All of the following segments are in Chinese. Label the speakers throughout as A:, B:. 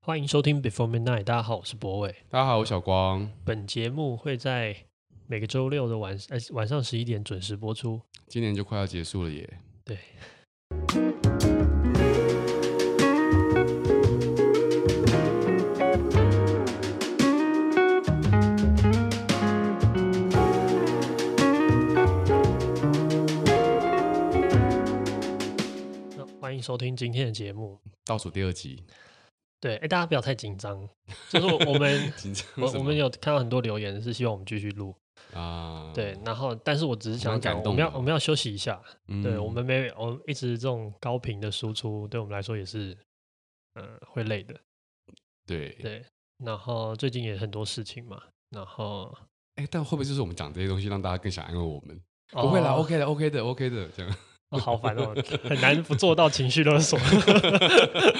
A: 欢迎收听 Before Midnight，大家好，我是博伟。
B: 大家好，我小光。
A: 本节目会在每个周六的晚呃晚上十一点准时播出。
B: 今年就快要结束了耶。
A: 对。那欢迎收听今天的节目。
B: 倒数第二集，
A: 对，哎，大家不要太紧张，就是我我 们
B: 紧张
A: 我
B: 什么
A: 我们有看到很多留言是希望我们继续录，
B: 啊，
A: 对，然后但是我只是想
B: 蛮感
A: 讲，我
B: 动
A: 们要
B: 的
A: 我们要休息一下，
B: 嗯
A: 对我们没我们一直这种高频的输出，对我们来说也是，呃，会累的，
B: 对对，
A: 对。然后最近也很多事情嘛，然后
B: 哎，但会不会就是我们讲这些东西，让大家更想安慰我们？不会啦
A: 哦
B: ，OK 的，OK 的，OK 的，这样。
A: 哦好烦 哦，很难不做到情绪勒索。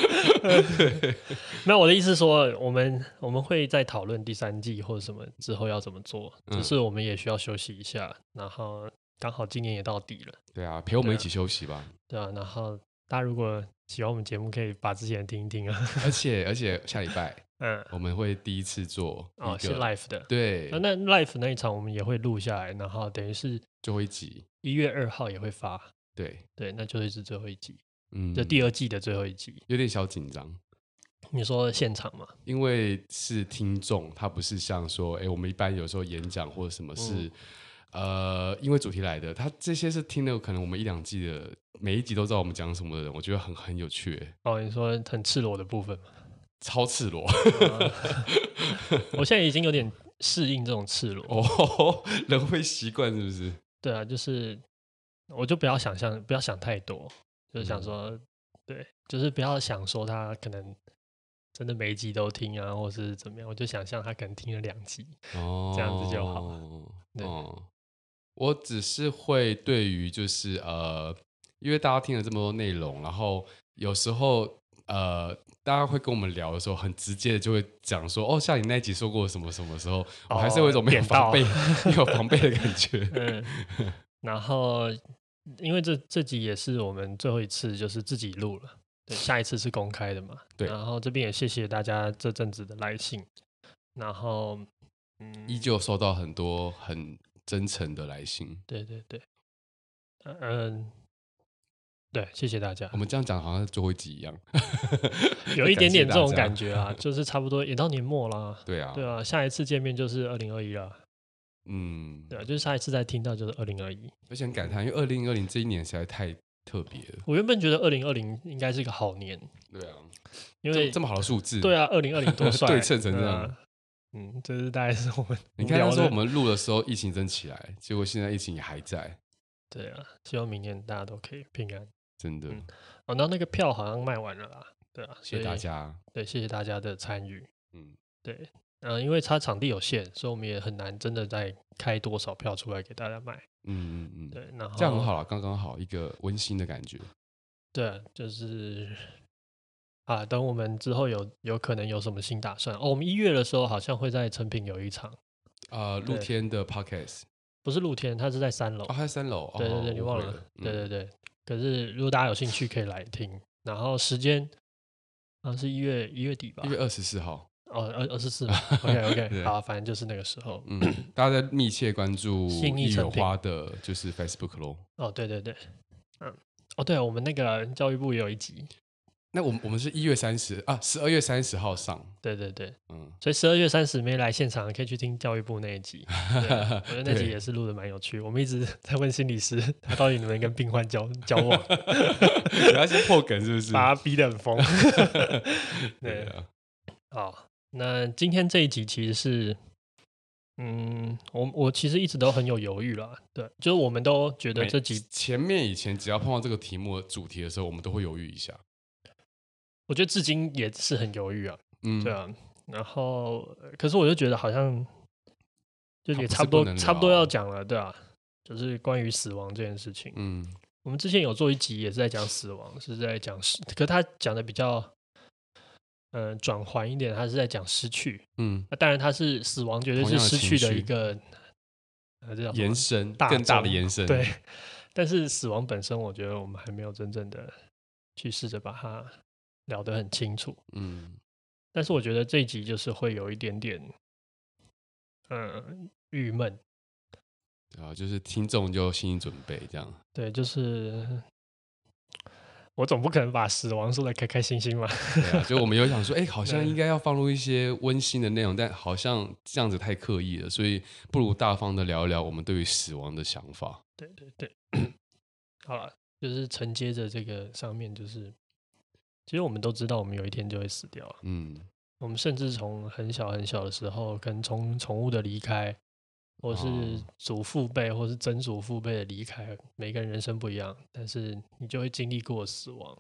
A: 没有，我的意思是说，我们我们会再讨论第三季或者什么之后要怎么做，只
B: 嗯
A: 是我们也需要休息一下，然后刚好今年也到底了。
B: 对啊，陪我们
A: 对
B: 一
A: 啊
B: 起休息吧。
A: 对啊，然后大家如果喜欢我们节目，可以把之前听一听啊。
B: 而且而且下礼拜
A: 嗯，
B: 我们会第一次做
A: 哦，
B: 一
A: 是
B: 个，
A: live 的。
B: 对
A: 啊，那 live 那一场我们也会录下来，然后等于是
B: 最后一集，
A: 一月二号也会发。
B: 对，
A: 对，那就是最后一集，
B: 嗯，
A: 就第二季的最后一集。
B: 有点小紧张。
A: 你说现场嘛？
B: 因为是听众，他不是像说，哎、我们一般有时候演讲或者什么是，呃，因为主题来的，他这些是听了可能我们一两季的，每一集都知道我们讲什么的人，我觉得很很有趣耶，
A: 哦，你说很赤裸的部 分嘛？
B: 超赤裸
A: 我现在已经有点适应这种赤裸。
B: 哦，人会习惯是不是？
A: 对啊，就是我就不要想象，不要想太多，就是想
B: 嗯
A: 说，对，就是不要想说他可能真的每一集都听啊，或是怎么样，我就想象他可能听了两集。
B: 哦，
A: 这样子就好对
B: 哦，我只是会对于就是呃，因为大家听了这么多内容，然后有时候呃，大家会跟我们聊的时候，很直接的就会讲说，哦，像你那一集说过什么什么时候，我哦还是会有一种没有
A: 哦点到
B: 防备、 没有防备的感 觉。
A: 嗯，然后因为这这集也是我们最后一次，就是自己录了。对，下一次是公开的嘛？
B: 对
A: 然后这边也谢谢大家这阵子的来信，然后嗯，
B: 依旧收到很多很真诚的来信。
A: 对对对，呃嗯，对，谢谢大家
B: 我。们这样讲好像是最后一集一样，
A: 有一点点这种感
B: 觉。
A: 觉啊，就是差不多也到年末 啦。
B: 对啊，
A: 对啊，下一次见面就是二零二一了。
B: 嗯，
A: 对啊，就是下一次再听到就是二零二一。
B: 而且很感叹，因为二零二零这一年实在太特别了。
A: 我原本觉得二零二零应该是个好年，
B: 对啊，
A: 因
B: 这
A: 为
B: 么这么好的数字，
A: 对啊，二零二零多帅，
B: 对称成这
A: 对
B: 样
A: 啊。嗯，这是大概是我们
B: 你看
A: 聊
B: 那时候
A: 的
B: 我们录的时候，疫情真起来，结果现在疫情也还在，
A: 对啊，希望明年大家都可以平安。
B: 真的，
A: 嗯哦，那那个票好像卖完了啦，对啊，
B: 谢
A: 所以
B: 谢大，家。
A: 对，谢谢大家的参与。
B: 嗯，
A: 对，嗯，因为它场地有限，所以我们也很难真的再开多少票出来给大家买。
B: 嗯嗯嗯，
A: 对，然后
B: 这样很好了，刚刚好一个温馨的感觉。
A: 对啊，就是啊，等我们之后有有可能有什么新打算哦。我们一月的时候好像会在成品有一场，
B: 呃，露
A: 对
B: 天的 podcast，
A: 不是露天，它是在三楼。
B: 哦，还在三楼，
A: 对对
B: 哦
A: 对，你
B: 误
A: 忘
B: 会
A: 了？
B: 了，
A: 对对
B: 嗯
A: 对。可是如果大家有兴趣，可以来听。然后时间好像、是一月一月底吧
B: 一？月二十四号，
A: 哦，二二 十四嘛。OK OK，
B: 对
A: 好，反正就是那个时候。
B: 嗯，大家在密切关注
A: 信义
B: 一
A: 成
B: 元
A: 品
B: 花的，就是 Facebook 咯。
A: 哦，对对对，嗯，哦，对，我们那个教育部也有一集。
B: 那我们我们是一月三十啊，十二月三十号上，
A: 对对对，
B: 嗯，
A: 所以十二月三十没来现场，可以去听教育部那一集。对我觉得那集
B: 对
A: 也是录的蛮有趣。我们一直 在问心理师，他到底能不能跟病患交交往，
B: 你要先破梗是不是？
A: 把他逼得很疯。
B: 对
A: 对，
B: 啊，
A: 好，那今天这一集其实是，嗯，我我其实一直都很有犹豫啦。对，就是我们都觉得
B: 每
A: 这集，
B: 哎前面以前只要碰到这个题目主题的时候，我们都会犹豫一下。
A: 我觉得至今也是很犹豫啊。
B: 嗯，
A: 对啊，然后呃可是我就觉得好像就
B: 它
A: 也
B: 不是
A: 差不多
B: 不能
A: 差不多要
B: 聊
A: 讲了，对啊，就是关于死亡这件事情。
B: 嗯，
A: 我们之前有做一集也是在讲死亡，是在讲失，可他讲的比较，嗯、转环一点，他是在讲失去。
B: 嗯
A: 那、当然，他是死亡，绝对
B: 同
A: 是
B: 样的
A: 失
B: 情
A: 去的一
B: 绪
A: 个，呃，这叫，什么
B: 延伸
A: 大
B: 更大
A: 众
B: 的延伸，
A: 对，。但是死亡本身，我觉得我们还没有真正的去试着把它聊得很清楚。
B: 嗯，
A: 但是我觉得这一集就是会有一点点，嗯，郁闷。
B: 啊，就是听众就心理准备这样。
A: 对，就是我总不可能把死亡说的开开心心嘛。
B: 对啊，就我们有想说，哎、好像应该要放入一些温馨的内容，但好像这样子太刻意了，所以不如大方的聊一聊我们对于死亡的想法。
A: 对对对， 好了，就是承接着这个上面，就是其实我们都知道，我们有一天就会死掉啊。
B: 嗯，
A: 我们甚至从很小很小的时候，可能从宠物的离开，或是
B: 哦
A: 祖父辈，或是曾祖父辈的离开，每个人人生不一样，但是你就会经历过死亡。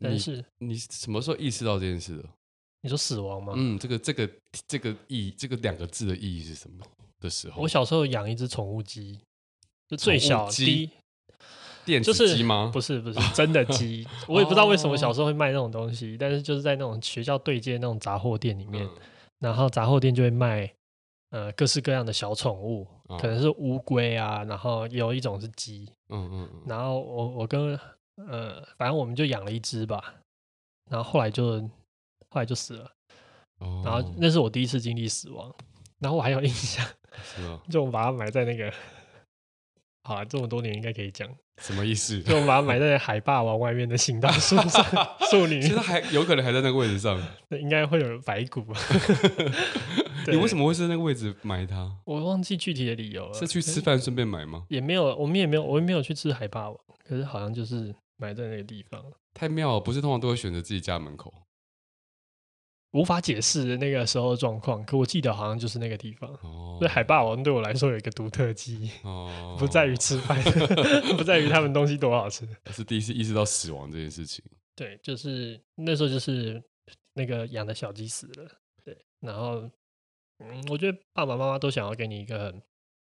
A: 但
B: 你
A: 是
B: 你什么时候意识到这件事的？
A: 你说死亡吗？
B: 嗯，这个这个这个意这个两个字的意义是什么的时候？
A: 我小时候养一只宠物鸡，就最
B: 宠物
A: 小
B: 鸡
A: 第一
B: 电
A: 就
B: 子
A: 是
B: 鸡吗？
A: 不是不是真的鸡， 我也不知道为什么
B: 哦
A: 小时候会卖那种东西，但是就是在那种学校对接那种杂货店里面，
B: 嗯
A: 然后杂货店就会卖呃各式各样的小宠物，
B: 哦
A: 可能是乌龟啊，然后有一种是鸡，
B: 嗯嗯嗯，
A: 然后我我跟呃反正我们就养了一只吧，然后后来就后来就死了，
B: 哦
A: 然后那是我第一次经历死亡，然后我还有印象，
B: 是吗？
A: 就我把它埋在那个。好了，这么多年应该可以讲，
B: 什么意思？
A: 就我把它埋在海霸王外面的行道树上，树 林
B: 其实还有可能还在那个位置上，
A: 应该会有白骨。啊
B: 你为什
A: 么？
B: 么会是那个位置买它？
A: 我忘记具体的理由了。
B: 是去吃饭顺便买吗？
A: 也没有，我们也没有，我们没有去吃海霸王，可是好像就是埋在那个地方，
B: 太妙了，不是通常都会选择自己家门口。
A: 无法解释那个时候的状况。可我记得好像就是那个地方。
B: 哦
A: 所以海霸王对我来说有一个独特记忆，
B: 哦
A: 不在于吃饭， 不在于他们东西多好吃。
B: 是第一次意识到死亡这件事情。
A: 对，就是那时候就是那个养的小鸡死了，对，然后嗯，我觉得爸爸妈妈都想要给你一个很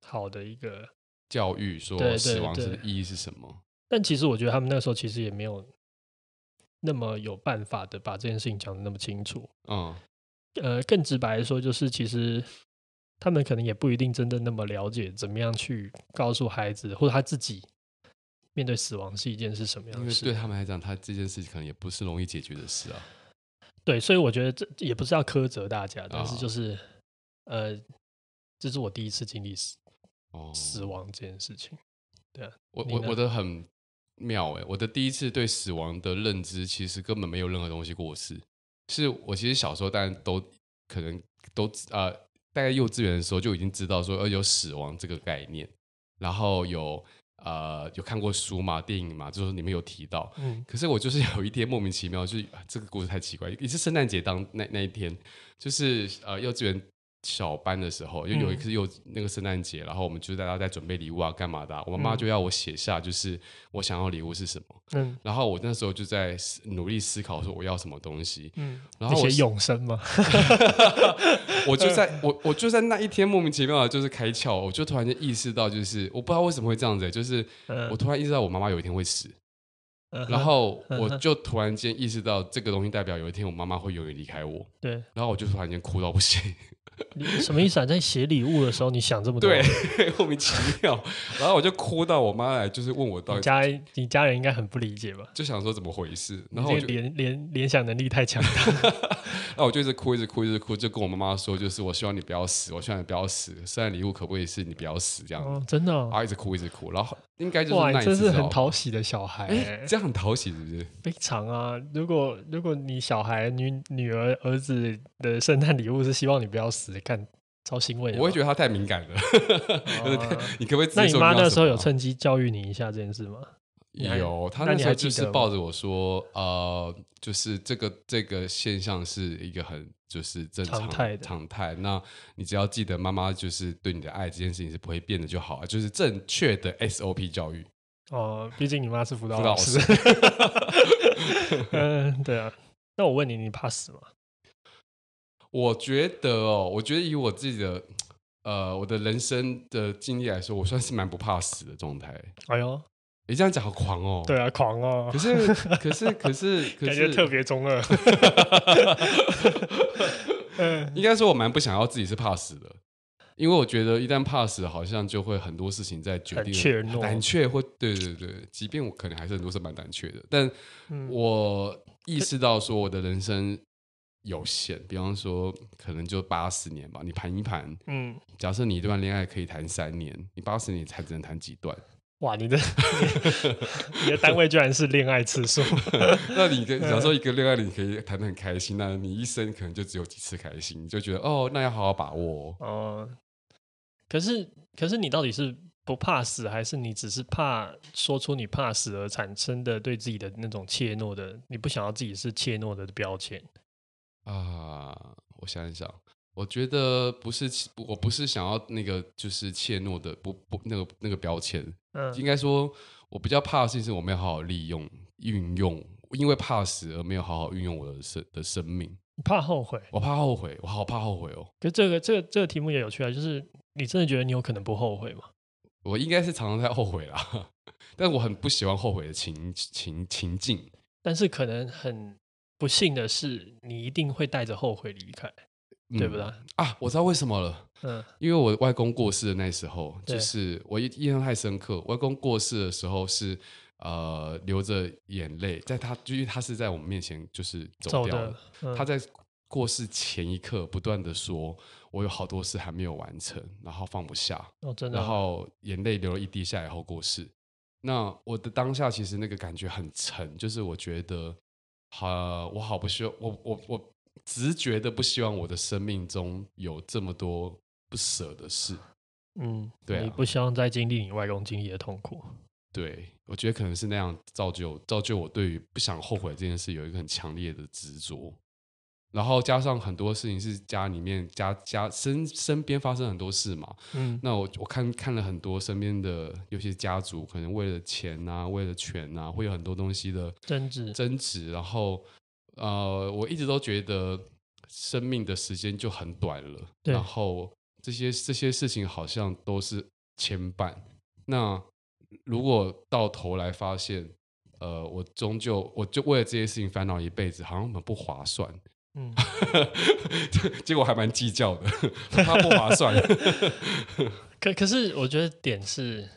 A: 好的一个
B: 教育说
A: 对对
B: 死亡是
A: 对
B: 意义是什么？
A: 但其实我觉得他们那时候其实也没有那么有办法的把这件事情讲的那么清楚。
B: 嗯
A: 呃，更直白的说，就是其实他们可能也不一定真的那么了解怎么样去告诉孩子或者他自己面对死亡是一件是什么样
B: 因
A: 的
B: 为
A: 事。
B: 对他们来讲，他这件事情可能也不是容易解决的事啊。
A: 对所以我觉得这这也不是要苛责大家，但是
B: 哦
A: 就是、呃，这是我第一次经历死
B: 哦，
A: 死亡这件事情。
B: 我
A: 你
B: 我
A: 呢
B: 我的很妙哎、我的第一次对死亡的认知其实根本没有任何东西过世，是我其实小时候当然都可能都呃大概幼稚园的时候就已经知道说呃有死亡这个概念，然后有呃有看过书嘛电影嘛，就是里面有提到，
A: 嗯，
B: 可是我就是有一天莫名其妙，就是、啊这个故事太奇怪，也是圣诞节当那那一天，就是呃幼稚园小班的时候，就有一
A: 嗯
B: 次幼、那个圣诞节，然后我们就大家在准备礼物啊，干嘛的啊、我妈妈就要我写下就是我想要礼物是什么，
A: 嗯
B: 然后我那时候就在思努力思考说我要什么东西，
A: 嗯，
B: 然后我
A: 你写永生嘛，
B: 我就在 我我就在那一天莫名其妙的就是开窍，我就突然间意识到，就是我不知道为什么会这样子欸、就是
A: 嗯
B: 我突然意识到我妈妈有一天会 死，
A: 嗯
B: 然
A: 哼
B: 后
A: 嗯
B: 我
A: 哼
B: 就突然间意识到，这个东西代表有一天我妈妈会永远离开我，
A: 对，
B: 然后我就突然间哭到不行，
A: 你什么意思啊？在写礼物的时候，你想这么多？
B: 对，莫名其妙，然后我就哭到我妈来，就是问我到
A: 你
B: 底，
A: 家你家人应该很不理解吧？
B: 就想说怎么回事，
A: 你
B: 然后我
A: 这
B: 就，
A: 个联联联想能力太强 大。
B: 然后我就一直哭，一直哭，一直哭，就跟我妈妈说，就是我希望你不要死，我希望你不要死，圣诞礼物可不可以是你不要死这样子，
A: 哦，真的、
B: 然
A: 哦，
B: 后一直哭，一直哭，然后应该就是
A: 哇，
B: 那
A: 你
B: 一
A: 真
B: 次
A: 是
B: 之
A: 很
B: 后，
A: 讨喜的小孩、
B: 哎，这样很讨喜是不是？
A: 非常啊！如果如果你小孩女女儿儿子的圣诞礼物是希望你不要死，看超欣慰的吧。
B: 我会觉得她太敏感了，
A: 哦
B: 你可不可以直接
A: 那你
B: 说
A: 妈
B: 要
A: 那
B: 什
A: 时候
B: 么
A: 有
B: 啊
A: 趁机教育你一下这件事吗？你还
B: 有，他
A: 那
B: 那
A: 你
B: 时
A: 还
B: 候
A: 记
B: 就是
A: 得吗
B: 抱着我说，呃，就是这个这个现象是一个很就是正
A: 常
B: 常
A: 态的
B: 常态。那你只要记得妈妈就是对你的爱这件事情是不会变的就好，就是正确的 SOP 教育。
A: 哦，毕竟你妈是辅导
B: 辅导
A: 老师。 嗯，对啊。那我问你，你怕死吗？
B: 我觉得哦，我觉得以我自己的呃我的人生的经历来说，我算是蛮不怕死的状态。
A: 哎呦，
B: 你这样讲好狂哦，
A: 对。啊，狂哦
B: 可，是，可是，可是，可
A: 感觉
B: 是，
A: 特别中二。嗯
B: 应该说，我蛮不想要自己是怕死的，因为我觉得一旦怕死，好像就会很多事情在决定
A: 很怯懦
B: 胆怯或对对对，即便我可能还是很多是蛮胆怯的，但
A: 嗯
B: 我意识到说我的人生有限，比方说可能就八十年吧，你盘一盘，
A: 嗯，
B: 假设你一段恋爱可以谈三年，你八十年才只能谈几 段，
A: 哇，你的你的单位居然是恋爱次数，
B: 那你跟假如说一个恋爱你可以谈得很开心，那你一生可能就只有几次开心，你就觉得哦，那要好好把握、哦。
A: 哦，可是可是你到底是不怕死，还是你只是怕说出你怕死而产生的对自己的那种怯懦的，你不想要自己是怯懦的标签？
B: 啊，我想一想，我觉得不是气，我不是想要那个就是怯懦的，不不那个那个标签，
A: 嗯
B: 应该说，我比较怕的事情是我没有好好利用运用，因为怕死而没有好好运用我的生的生命，
A: 怕后悔。
B: 我怕后悔，我好怕后悔哦。
A: 可是这个这个这个题目也有趣啊，就是你真的觉得你有可能不后悔吗？
B: 我应该是常常在后悔啦， 但我很不喜欢后悔的情情情境。
A: 但是可能很不幸的是，你一定会带着后悔离开，
B: 嗯
A: 对不对？
B: 啊，我知道为什么了，
A: 嗯
B: 因为我外公过世的那时候，
A: 对
B: 就是我印印象太深刻。外公过世的时候是呃流着眼泪，在他就因为他是在我们面前就是走
A: 走
B: 掉
A: 的
B: 了，
A: 嗯
B: 他在过世前一刻不断的说，我有好多事还没有完成，然后放不下，
A: 哦，真的
B: 然
A: 啊，
B: 后眼泪流了一滴下来后过世。那我的当下其实那个感觉很沉，就是我觉得，呃，我好不希望，我我我直觉的不希望我的生命中有这么多不舍的事。
A: 嗯，
B: 对啊
A: 你不希望再经历你外公经历的痛苦，
B: 对，我觉得可能是那样造就造就我对于不想后悔这件事有一个很强烈的执着，然后加上很多事情是家里面家家身身边发生很多事嘛，
A: 嗯，
B: 那我我看看了很多身边的，有些家族可能为了钱啊，为了权啊，会有很多东西的
A: 争执，
B: 争执。然后，呃，我一直都觉得生命的时间就很短了，
A: 对
B: 然后这些这些事情好像都是牵绊。那如果到头来发现，呃，我终究我就为了这些事情烦恼一辈子，好像很不划算。
A: 嗯，
B: 结果还蛮计较的， 很怕不划算。
A: 可可是我觉得点是，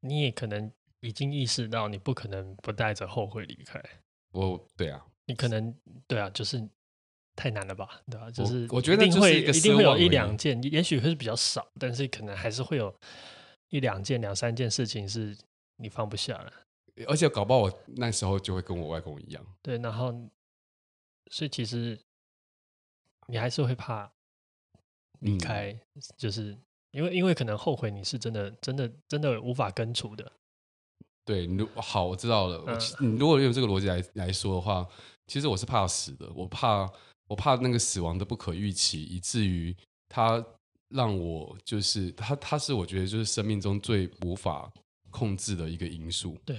A: 你也可能已经意识到你不可能不带着后悔离开，
B: 我对啊，
A: 你可能对啊，就是太难了吧，对吧、啊就
B: 我
A: 是
B: 我觉得
A: 一定
B: 就是
A: 会
B: 一个
A: 一定会
B: 奢
A: 有
B: 望而
A: 一
B: 已
A: 两件，也许会是比较少，但是可能还是会有一两件、两三件事情是你放不下了。
B: 而且搞不好我那时候就会跟我外公一样，
A: 对，然后所以其实你还是会怕离
B: 嗯
A: 开，就是因为因为可能后悔你是真的真的真的无法根除的。
B: 对，你如好，我知道了。我
A: 嗯
B: 其你如果用这个逻辑来来说的话，其实我是怕死的，我怕我怕那个死亡的不可预期，以至于它让我就是它它是我觉得就是生命中最无法控制的一个因素。
A: 对，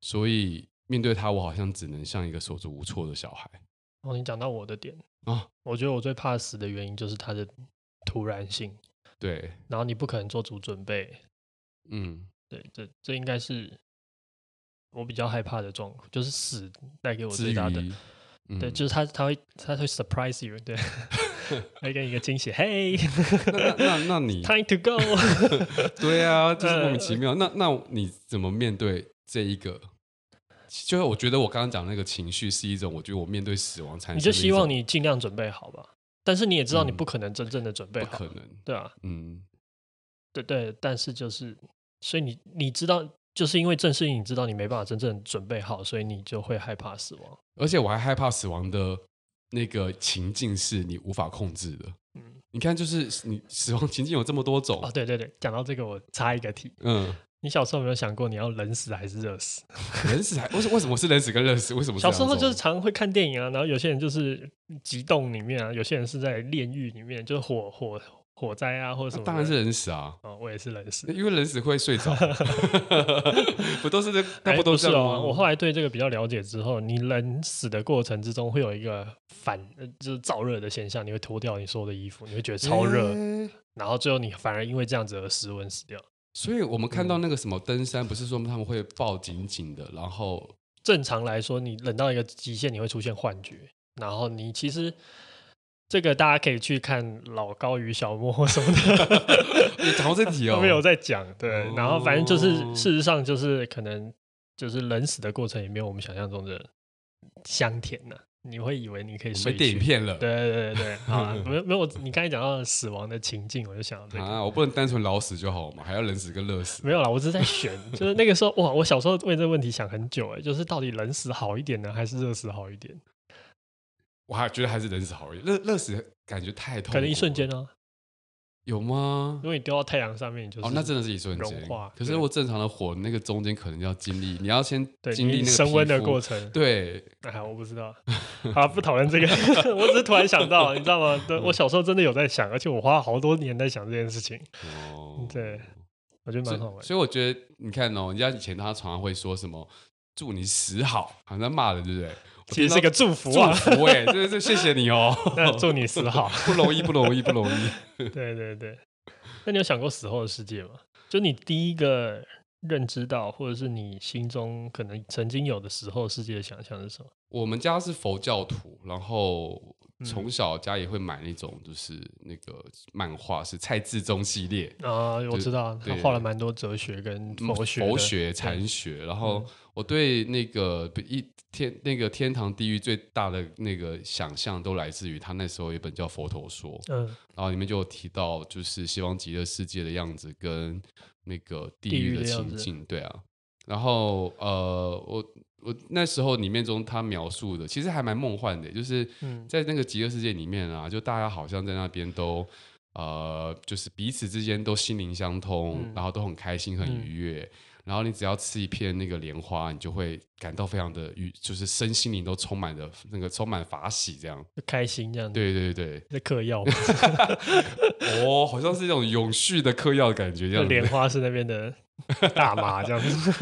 B: 所以面对它，我好像只能像一个手足无措的小孩
A: 哦，你讲到我的点，
B: 啊。
A: 我觉得我最怕死的原因就是它的突然性，
B: 对，
A: 然后你不可能做足准备。
B: 嗯，
A: 对，这这应该是我比较害怕的状况，就是死带给我
B: 至
A: 最
B: 于
A: 大的。
B: 嗯
A: 对，就是他他会他会 surprise you，对， 会给你一个惊喜，Hey
B: 那那那 你
A: time to go。
B: 对啊，就是莫名其妙。那那你怎么面对这一个？就是我觉得我刚刚讲那个情绪是一种，我觉得我面对死亡产生的一种，
A: 你就希望你尽量准备好吧。但是你也知道，你
B: 嗯
A: 不可能真正的准备
B: 不
A: 好，
B: 可能，
A: 对啊，
B: 嗯，
A: 对对。但是就是，所以你你知道，就是因为正是你知道你没办法真正准备好，所以你就会害怕死亡。
B: 而且我还害怕死亡的那个情境是你无法控制的。
A: 嗯
B: 你看，就是你死亡情境有这么多种，
A: 哦，对对对，讲到这个，我插一个题，
B: 嗯，
A: 你小时候有没有想过你要冷死还是热死？
B: 人死还为什为什么是人死跟热死？为什么
A: 小时候就是
B: 这两种
A: 常会看电影啊，然后有些人就是极冻里面啊，有些人是在炼狱里面，就是火火火灾啊或者什
B: 那
A: 么的。
B: 当然是人死啊，
A: 哦，我也是冷死。
B: 因为人死会睡 着， 不都是这那
A: 哎
B: 不都
A: 是
B: 这样
A: 哦
B: 吗？
A: 我后来对这个比较了解之后，你人死的过程之中会有一个反，呃就是燥热的现象，你会脱掉你所有的衣服，你会觉得超热，
B: 欸
A: 然后最后你反而因为这样子而失温死掉。
B: 所以我们看
A: 嗯
B: 到那个什么登山，不是说他们会抱紧紧的，然后，
A: 正常来说，你冷到一个极限，你会出现幻觉，然后你其实。这个大家可以去看老高与小莫或什么的
B: 你 讲到这题 哦
A: 都没有在讲对，然后反正就是
B: 哦
A: 事实上就是可能就是冷死的过程也没有我们想象中的香甜呐、你会以为你可以
B: 我
A: 睡
B: 被电影
A: 去。
B: 骗了。
A: 对对对 对，好啊，没有没有，我你刚才讲到的死亡的情境，我就想到这个。
B: 啊，我不能单纯老死就好嘛，还要冷死跟热死。
A: 没有啦，我只是在 选，就是那个时候哇，我小时候为这个问题想很久哎、就是到底冷死好一点呢，还是热死好一点？
B: 我还觉得还是冷死好一点，热热死感觉太痛苦了，
A: 可能一瞬间啊，
B: 有吗
A: 如？果你丢到太阳上面，你就是
B: 哦，那真的是一瞬
A: 融
B: 间
A: 化。
B: 可是
A: 对
B: 我正常的火，那个中间可能要经历，你要先
A: 对
B: 经历
A: 你
B: 那个
A: 升温的
B: 皮肤
A: 过程。
B: 对，
A: 哎，我不知道，好，不讨论这个， 我只是突然想到，你知道吗？对
B: 嗯
A: 我小时候真的有在想，而且我花了好多年在想这件事情，
B: 哦，
A: 对，我觉得
B: 所
A: 蛮
B: 以
A: 好玩的。
B: 所以我觉得，你看哦，人家以前他常常会说什么“祝你死好”，好像在骂人，对不对？
A: 其实是一个祝
B: 祝
A: 福啊，
B: 福哎、对对对，谢谢你 哦，
A: 那祝你死好。
B: 不容易，不容易，不容 易。
A: 对对对，那你有想过死后的世界吗？就你第一个认知到，或者是你心中可能曾经有的死后世界的想象是什么？
B: 我们家是佛教徒，然后
A: 嗯
B: 从小家也会买那种就是那个漫画，是蔡志忠系列，
A: 啊，我
B: 对
A: 知道他
B: 对嗯
A: 画了蛮多哲学跟佛学的，嗯
B: 佛学、嗯哦禅学。然后我对那个一天那个天堂、地狱最大的那个想象，都来自于他那时候有一本叫《佛陀说》，
A: 嗯，
B: 然后里面就有提到就是西方极乐世界的样子跟那个地狱
A: 地狱的样
B: 情
A: 子
B: 境，对啊。然后呃，我我那时候里面中他描述的其实还蛮梦幻的，就是
A: 嗯
B: 在那个极乐世界里面啊，就大家好像在那边都。呃，就是彼此之间都心灵相通，
A: 嗯
B: 然后都很开心、很
A: 嗯
B: 愉悦。然后你只要吃一片那个莲花，你就会感到非常的愉，就是身心灵都充满着那个充满法喜这样。
A: 就开心这样子，
B: 对对对，
A: 在嗑药嘛，
B: 哦，好像是一种永续的嗑药的感觉这
A: 就
B: 样
A: 莲
B: 子。
A: 花是那边 的大麻这样子，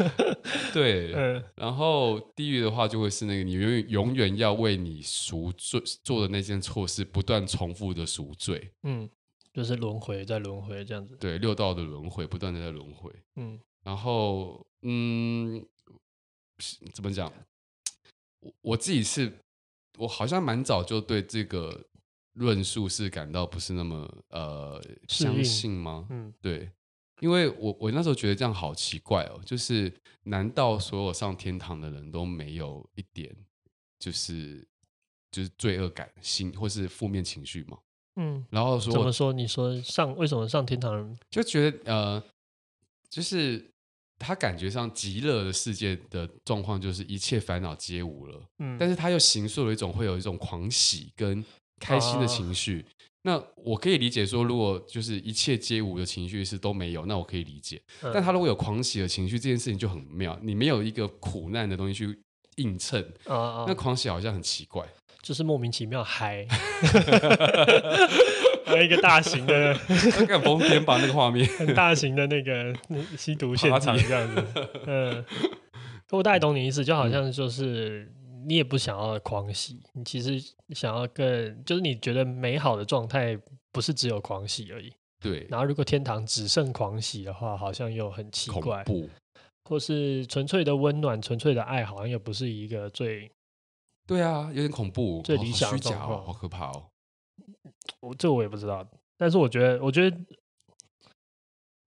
B: 对，
A: 嗯
B: 然后地狱的话就会是那个你永远永远要为你赎罪做的那件错事不断重复的赎罪，
A: 嗯，就是轮回再轮回这样子，
B: 对，六道的轮回不断的在轮回。
A: 嗯
B: 然后，嗯，是怎么讲？我我自己是，我好像蛮早就对这个论述是感到不是那么呃
A: 适
B: 相
A: 应
B: 信吗？
A: 嗯
B: 对，因为我我那时候觉得这样好奇怪哦，就是难道所有上天堂的人都没有一点就是就是罪恶感、心或是负面情绪吗？
A: 嗯。
B: 然后说
A: 怎
B: 我
A: 么说？你说上为什么上天堂人
B: 就觉得呃，就是他感觉上极乐的世界的状况就是一切烦恼皆无了，
A: 嗯，
B: 但是他又形塑了一种会有一种狂喜跟开心的
A: 啊
B: 情绪。那我可以理解说，如果就是一切皆无的情绪是都没有，那我可以理解。
A: 嗯
B: 但他如果有狂喜的情绪，这件事情就很妙。你没有一个苦难的东西去映衬，
A: 啊啊，
B: 那狂喜好像很奇怪。
A: 就是莫名其妙嗨，还有一个大型的、
B: 他敢疯癫吧那个画面？
A: 很大型的那个嗯吸毒现场
B: Party
A: 这样子。嗯，我大概懂你意思，就好像就是你也不想要狂喜，你其实想要更，就是你觉得美好的状态不是只有狂喜而已。
B: 对，
A: 然后如果天堂只剩狂喜的话，好像又很奇
B: 恐
A: 怪，
B: 怖。
A: 或是纯粹的温暖、纯粹的爱，好像又不是一个最
B: 对啊，有点恐怖，
A: 最
B: 好
A: 理
B: 好
A: 想
B: 虚
A: 的
B: 假
A: 状
B: 哦，
A: 况
B: 好可怕哦。
A: 我这我也不知道，但是我觉得，我觉得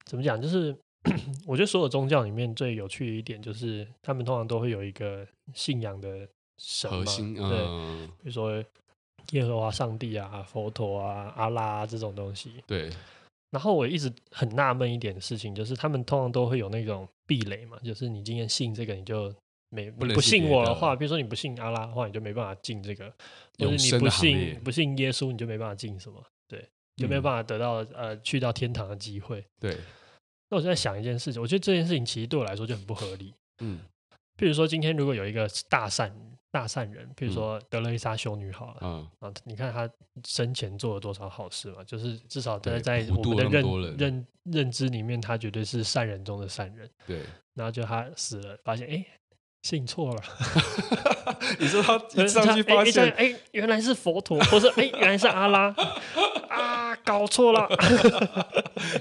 A: 怎么讲，就是 我觉得所有宗教里面最有趣的一点，就是他们通常都会有一个信仰的神嘛，
B: 核心，
A: 对，
B: 嗯，
A: 比如说耶和华上帝啊、佛陀啊、阿拉、啊、这种东西。
B: 对，
A: 然后我一直很纳闷一点的事情，就是他们通常都会有那种壁垒嘛，就是你今天信这个，你就。没
B: 不
A: 你
B: 能
A: 不
B: 信
A: 信
B: 别
A: 我的
B: 的
A: 话，比如说你不信阿拉的话，你就没办法进这个；或者
B: 永生
A: 你不
B: 的行
A: 信
B: 列，
A: 不信耶稣，你就没办法进什么。就没有
B: 嗯
A: 办法得到呃去到天堂的机会。
B: 对，
A: 那我就在想一件事情，我觉得这件事情其实对我来说就很不合理。
B: 嗯，
A: 譬如说，今天如果有一个大善大善人，譬如说德雷莎修女好了、
B: 嗯，
A: 啊，你看她生前做了多少好事嘛，就是至少在
B: 对
A: 在
B: 普
A: 我
B: 渡
A: 们
B: 了
A: 的
B: 那么多人
A: 认认认知里面，她绝对是善人中的善人。
B: 对。
A: 然后就她死了，发现哎。诶信错了，
B: 你说他 一
A: 她
B: 上去
A: 诶诶这
B: 发现
A: 样，哎、原来是佛陀，或是哎、诶原来是阿拉，啊，搞错了，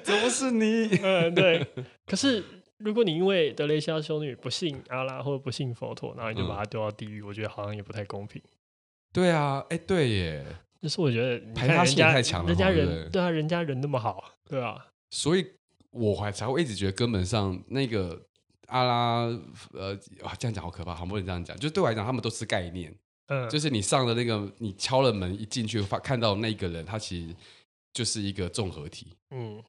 B: 怎么是你？
A: 嗯，对。可是如果你因为德雷西亚修女不信阿拉或者不信佛陀，然后你就把
B: 嗯
A: 她丢到地狱，我觉得好像也不太公平。
B: 对啊，哎，对耶，
A: 就是我觉得你
B: 排
A: 看
B: 他
A: 人
B: 性也
A: 家
B: 太强了
A: 人家
B: 哈对不
A: 人
B: 对
A: 对啊，人家人那么好，对啊，
B: 所以我还才会一直觉得根本上那啊个阿拉，呃，哇这样讲好可怕，好不能这样讲。就对我来讲，他们都是概念，
A: 嗯，
B: 就是你上的那个，你敲了门一进去，发看到那个人，他其实就是一个综合体。
A: 嗯，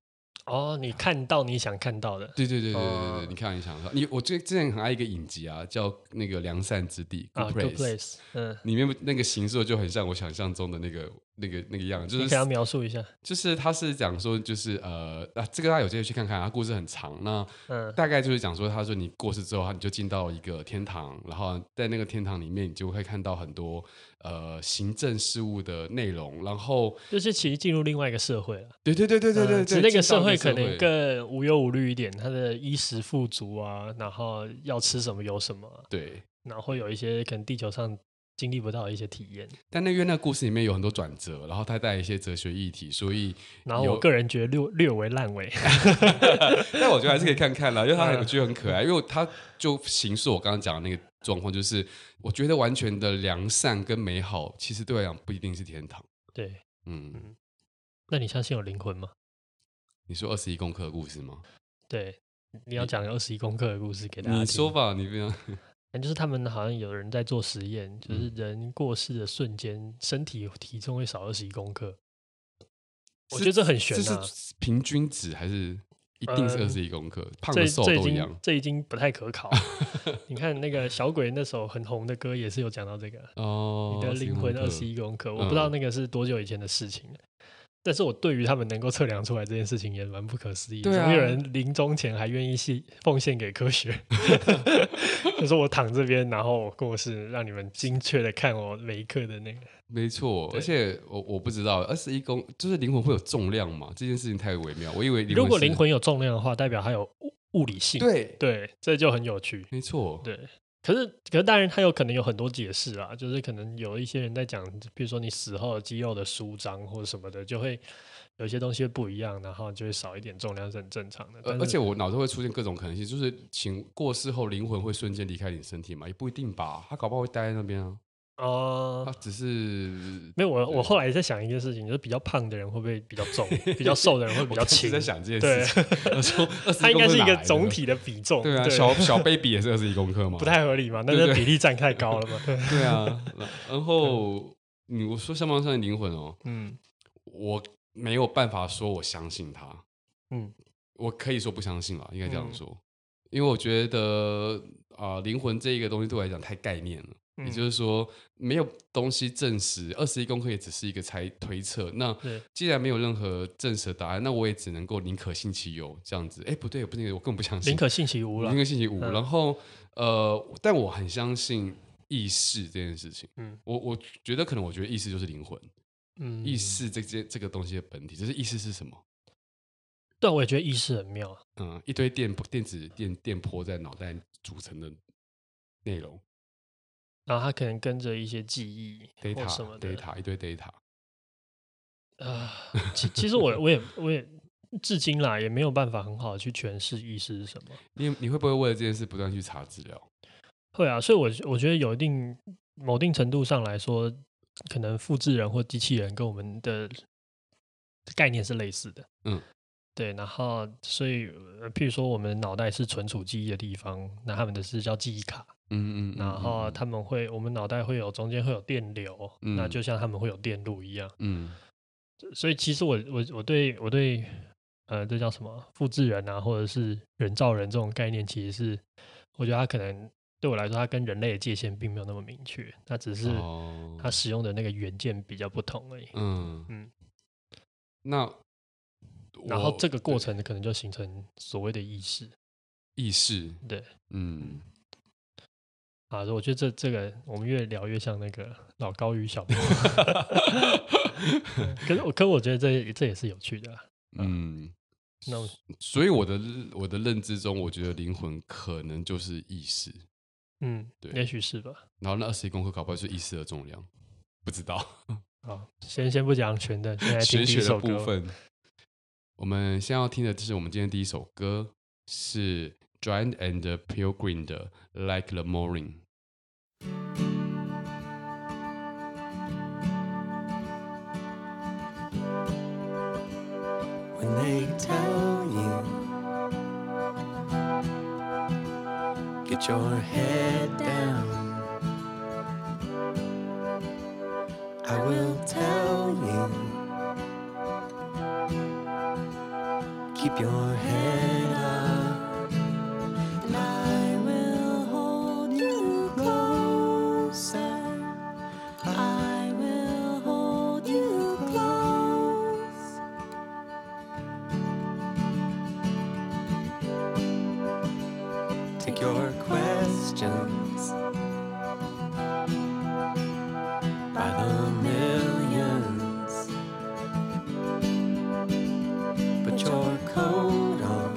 A: 哦，你看到你想看到的，
B: 对对对对对对
A: 哦
B: 对，你看你想说，你我最之前很爱一个影集啊，叫那个《良善之地》
A: 啊
B: Good
A: ，Good
B: Place，
A: Place，嗯，
B: 里面那个形式就很像我想象中的那个那个那个样，就
A: 你
B: 是
A: 给他描述一下，
B: 就是他是讲说，就是呃啊，这个大家有机会去看看，他故事很长。那
A: 嗯
B: 大概就是讲说，他说你过世之后，你就进到一个天堂，然后在那个天堂里面，你就会看到很多呃行政事务的内容。然后，
A: 就是其实进入另外一个社会了，
B: 对对对对对对
A: 嗯只是
B: 对，
A: 那个
B: 进到
A: 社
B: 一
A: 会
B: 个
A: 可能
B: 会
A: 更无忧无虑一点，他的衣食富足啊，然后要吃什么有什么啊，
B: 对。
A: 然后会有一些可能地球上经历不到的一些体验。
B: 但那因为那个故事里面有很多转折，然后他带一些哲学议题，所以
A: 然后
B: 有
A: 我个人觉得略略为烂尾，
B: 但我觉得还是可以看看啦，因为他
A: 嗯
B: 我觉得很可爱，因为他就形塑我刚刚讲的那个状况，就是我觉得完全的良善跟美好，其实对我来讲不一定是天堂。
A: 对，
B: 嗯，
A: 那你相信有灵魂吗？
B: 你说二十一公克的故事吗？
A: 对，你要讲二十一公克的故事给大家
B: 你说
A: 听。
B: 吧，你不要。
A: 反正就是他们好像有人在做实验，
B: 嗯
A: 就是人过世的瞬间，身体体重会少二十一公克。我
B: 是
A: 觉得这很悬
B: 这
A: 啊，
B: 是平均值还是一定是
A: 嗯
B: 二十一公克？胖
A: 这
B: 的瘦
A: 这已
B: 都一
A: 经
B: 样。
A: 这已经不太可 考。你看那个小鬼那首很红的歌也是有讲到这个，
B: 哦，
A: 你的灵魂二十
B: 一，
A: 一公克，我不知
B: 嗯
A: 道那个是多久以前的事情了。但是我对于他们能够测量出来这件事情也蛮不可思议的，
B: 对啊
A: 怎么有人临终前还愿意献奉献给科 学？就说我躺这边，然后我过世，让你们精确的看我每一刻的那个。
B: 没错。
A: 对
B: 而且我我不知道二十一公，就是灵魂会有重量吗？这件事情太微妙。我以为
A: 如果
B: 是
A: 灵魂有重量的话，代表它有物物理性。
B: 对，
A: 对，这就很有趣。
B: 没错，
A: 对，可是可是当然，它有可能有很多解释啊，就是可能有一些人在讲，比如说你死后的肌肉的舒张或者什么的，就会有些东西会不一样，然后就会少一点重量是很正常的。
B: 呃
A: 但
B: 而且
A: 是
B: 我脑中会出现各种可能性，就是请过世后灵魂会瞬间离开你身体嘛？也不一定吧，他搞不好会待在那边啊。
A: 哦、
B: 他只是
A: 没有我我后来在想一件事情，就是比较胖的人会不会比较 重，比较瘦的人会 比
B: 我
A: 较
B: 刚一直
A: 轻
B: 在。想这件
A: 对
B: 事情，我说二十
A: 它应该是一个总，体的比重，
B: 对啊， 小小 baby 也是二十一公克嘛，
A: 不太合理嘛？那
B: 对
A: 个
B: 对
A: 比例占太高 了嘛？
B: 对啊。然后你我说相貌上的灵魂哦，
A: 嗯
B: 我没有办法说我相信他，
A: 嗯，
B: 我可以说不相信了，应该这样
A: 嗯
B: 说，因为我觉得啊、灵魂这一个东西对我来讲太概念了。
A: 嗯
B: 也就是是说，没有东西证实，二十一公克也只是一个猜推测。那
A: 对
B: 既然没有任何证实的答案，那我也只能够宁可信其有这样子。哎，不对，不对，我根本不相信
A: 宁可信其无了
B: 宁。可信其无。
A: 嗯
B: 然后呃，但我很相信意识这件事情。
A: 嗯
B: 嗯，我我觉得可能我觉得意识就是灵魂，
A: 嗯，
B: 意识这件这个东西的本体，就是意识是什么？
A: 对啊，我也觉得意识很妙。
B: 嗯，一堆电电子电电波在脑袋组成的内容
A: 然后他可能跟着一些记忆或什么
B: ，data
A: 的
B: data 一堆 data。
A: 啊。其其实我我也我也至今啦也没有办法很好的去诠释意识是什么。
B: 你你会不会为了这件事不断去查资料？
A: 会啊，所以我我觉得有一定某定程度上来说，可能复制人或机器人跟我们的概念是类似的。
B: 嗯，
A: 对。然后所以呃譬如说我们脑袋是存储记忆的地方，那他们的是叫记忆卡。
B: 嗯嗯，嗯
A: 然后
B: 嗯
A: 他们会我们脑袋会有中间会有电流，那
B: 嗯
A: 就像他们会有电路一样。
B: 嗯
A: 所以其实我我我对我对呃这叫什么复制人啊，或者是人造人这种概念，其实是我觉得它可能对我来说，它跟人类的界限并没有那么明确，它只是
B: 哦
A: 它使用的那个元件比较不同而已。
B: 嗯
A: 嗯
B: 嗯，那
A: 然后
B: 我
A: 这个过
B: 对
A: 程可能就形成所谓的意识，
B: 意识，
A: 对
B: 嗯，
A: 啊，所以我觉得这这个我们越聊越像那个老高与小 莫，可是我可是我觉得这这也是有趣的啊、
B: 嗯，
A: 那我
B: 所以我的我的认知中，我觉得灵魂可能就是意识，
A: 嗯，
B: 对
A: 也许是吧。
B: 然后那二十一公克搞不好是意识的重量，不知道
A: 好，哦先先不讲全的，先来听第
B: 玄学
A: 一
B: 的
A: 首歌
B: 部。分。我们现在要听的就是我们今天第一首歌是 Giant and the Pilgrim 的 Like the Morning。
C: when they tell you get your head down will tell you. Keep your head up, and I will hold you closer. I will hold you close. Take your questions by the millions. Put your coat on.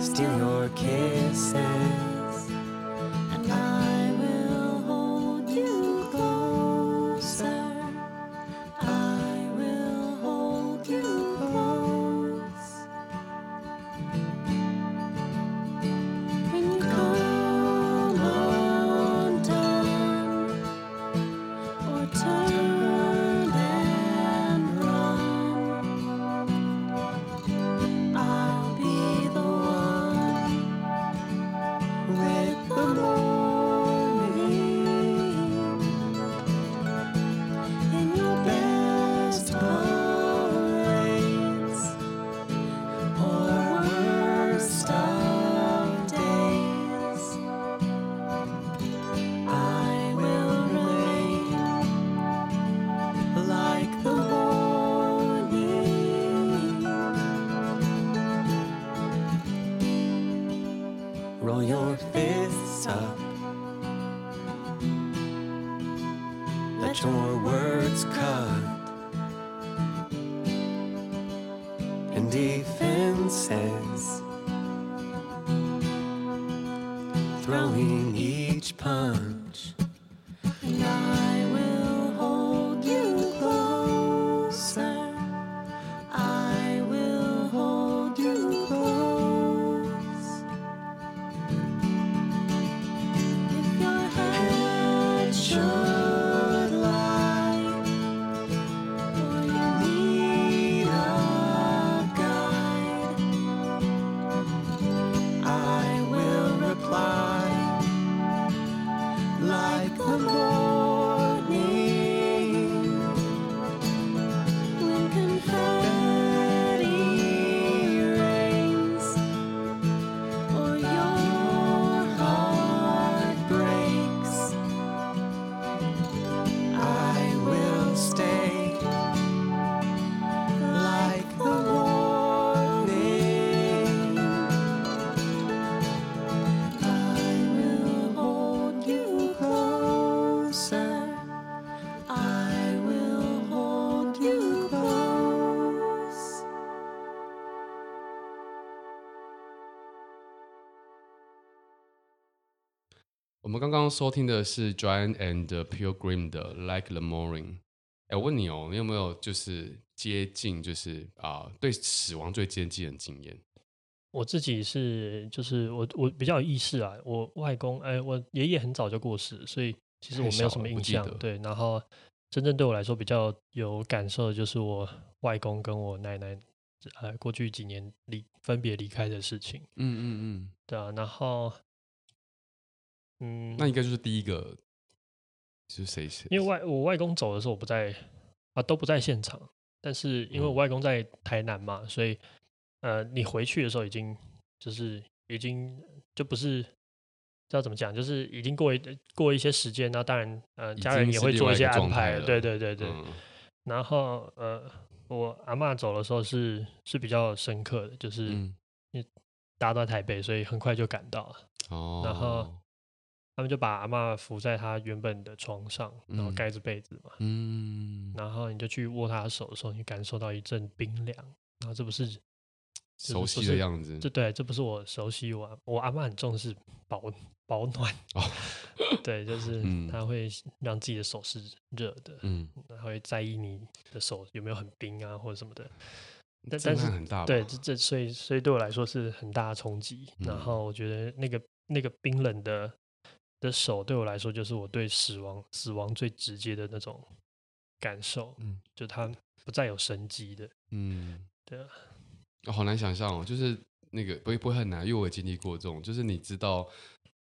C: Steal your kisses. And I will hold you closer. I will hold you close. When you come undone, or turn and run, I'll be the one with the morning in your best parades or worst of days. I will remain like the morning. Roll your fists up. Let your words cut. And defenses. Throwing each punch. And I will hold you closer. I will hold you close. If your head should lie, or you need a guide, I will reply like the morning when confetti rains or your heart breaks, I will stay like the warning. I will hold you closer. I will hold you close.
B: 我们刚刚收听的是 Giant and the Pilgrim 的 Like the Morning。哎，我问你哦，你有没有就是接近，就是啊、对死亡最接近的经验？
A: 我自己是就是我我比较有意识啊，我外公哎、我爷爷很早就过世，所以其实
B: 太
A: 我没有
B: 小
A: 什
B: 了
A: 么
B: 不
A: 印
B: 记
A: 象
B: 得。
A: 对，然后真正对我来说比较有感受的就是我外公跟我奶奶呃过去几年离分别离开的事情。
B: 嗯嗯
A: 对啊，然后嗯，
B: 嗯，那应该就是第一个是谁写？
A: 因为外我外公走的时候我不在啊，都不在现场。但是因为我
B: 嗯
A: 外公在台南嘛，所以呃，你回去的时候已经就是已经就不是知道怎么讲，就是已经过一过一些时间，那当然呃，
B: 已
A: 家人
B: 经
A: 也
B: 是
A: 会
B: 另
A: 做
B: 外
A: 一
B: 一
A: 些
B: 个
A: 安
B: 状态
A: 排。
B: 了
A: 对对对对。
B: 嗯
A: 然后呃，我阿嬷走的时候是是比较深刻的，就是
B: 嗯
A: 大家都在台北，所以很快就赶到了。
B: 哦，
A: 然后他们就把阿嬷扶在她原本的床上，然后
B: 嗯
A: 盖着被子嘛，
B: 嗯，
A: 然后你就去握她的手的时候，你感受到一阵冰凉，然后这不是是
B: 熟
A: 不
B: 悉
A: 是
B: 的样子，
A: 这对这不是我熟悉我阿我阿嬷很重视保保暖，
B: 哦
A: 对，就是
B: 嗯
A: 她会让自己的手是热的，
B: 嗯，
A: 她会在意你的手有没有很冰啊或者什么的，但
B: 震
A: 但是
B: 撼很大吧，
A: 对，这这所以所以对我来说是很大的冲击。然
B: 嗯
A: 后我觉得那个那个冰冷的的手对我来说，就是我对死亡死亡最直接的那种感受，
B: 嗯
A: 就它不再有生机的。
B: 嗯。
A: 对啊，
B: 哦好难想象哦，就是那个不会不会很难，因为我也经历过这种，就是你知道，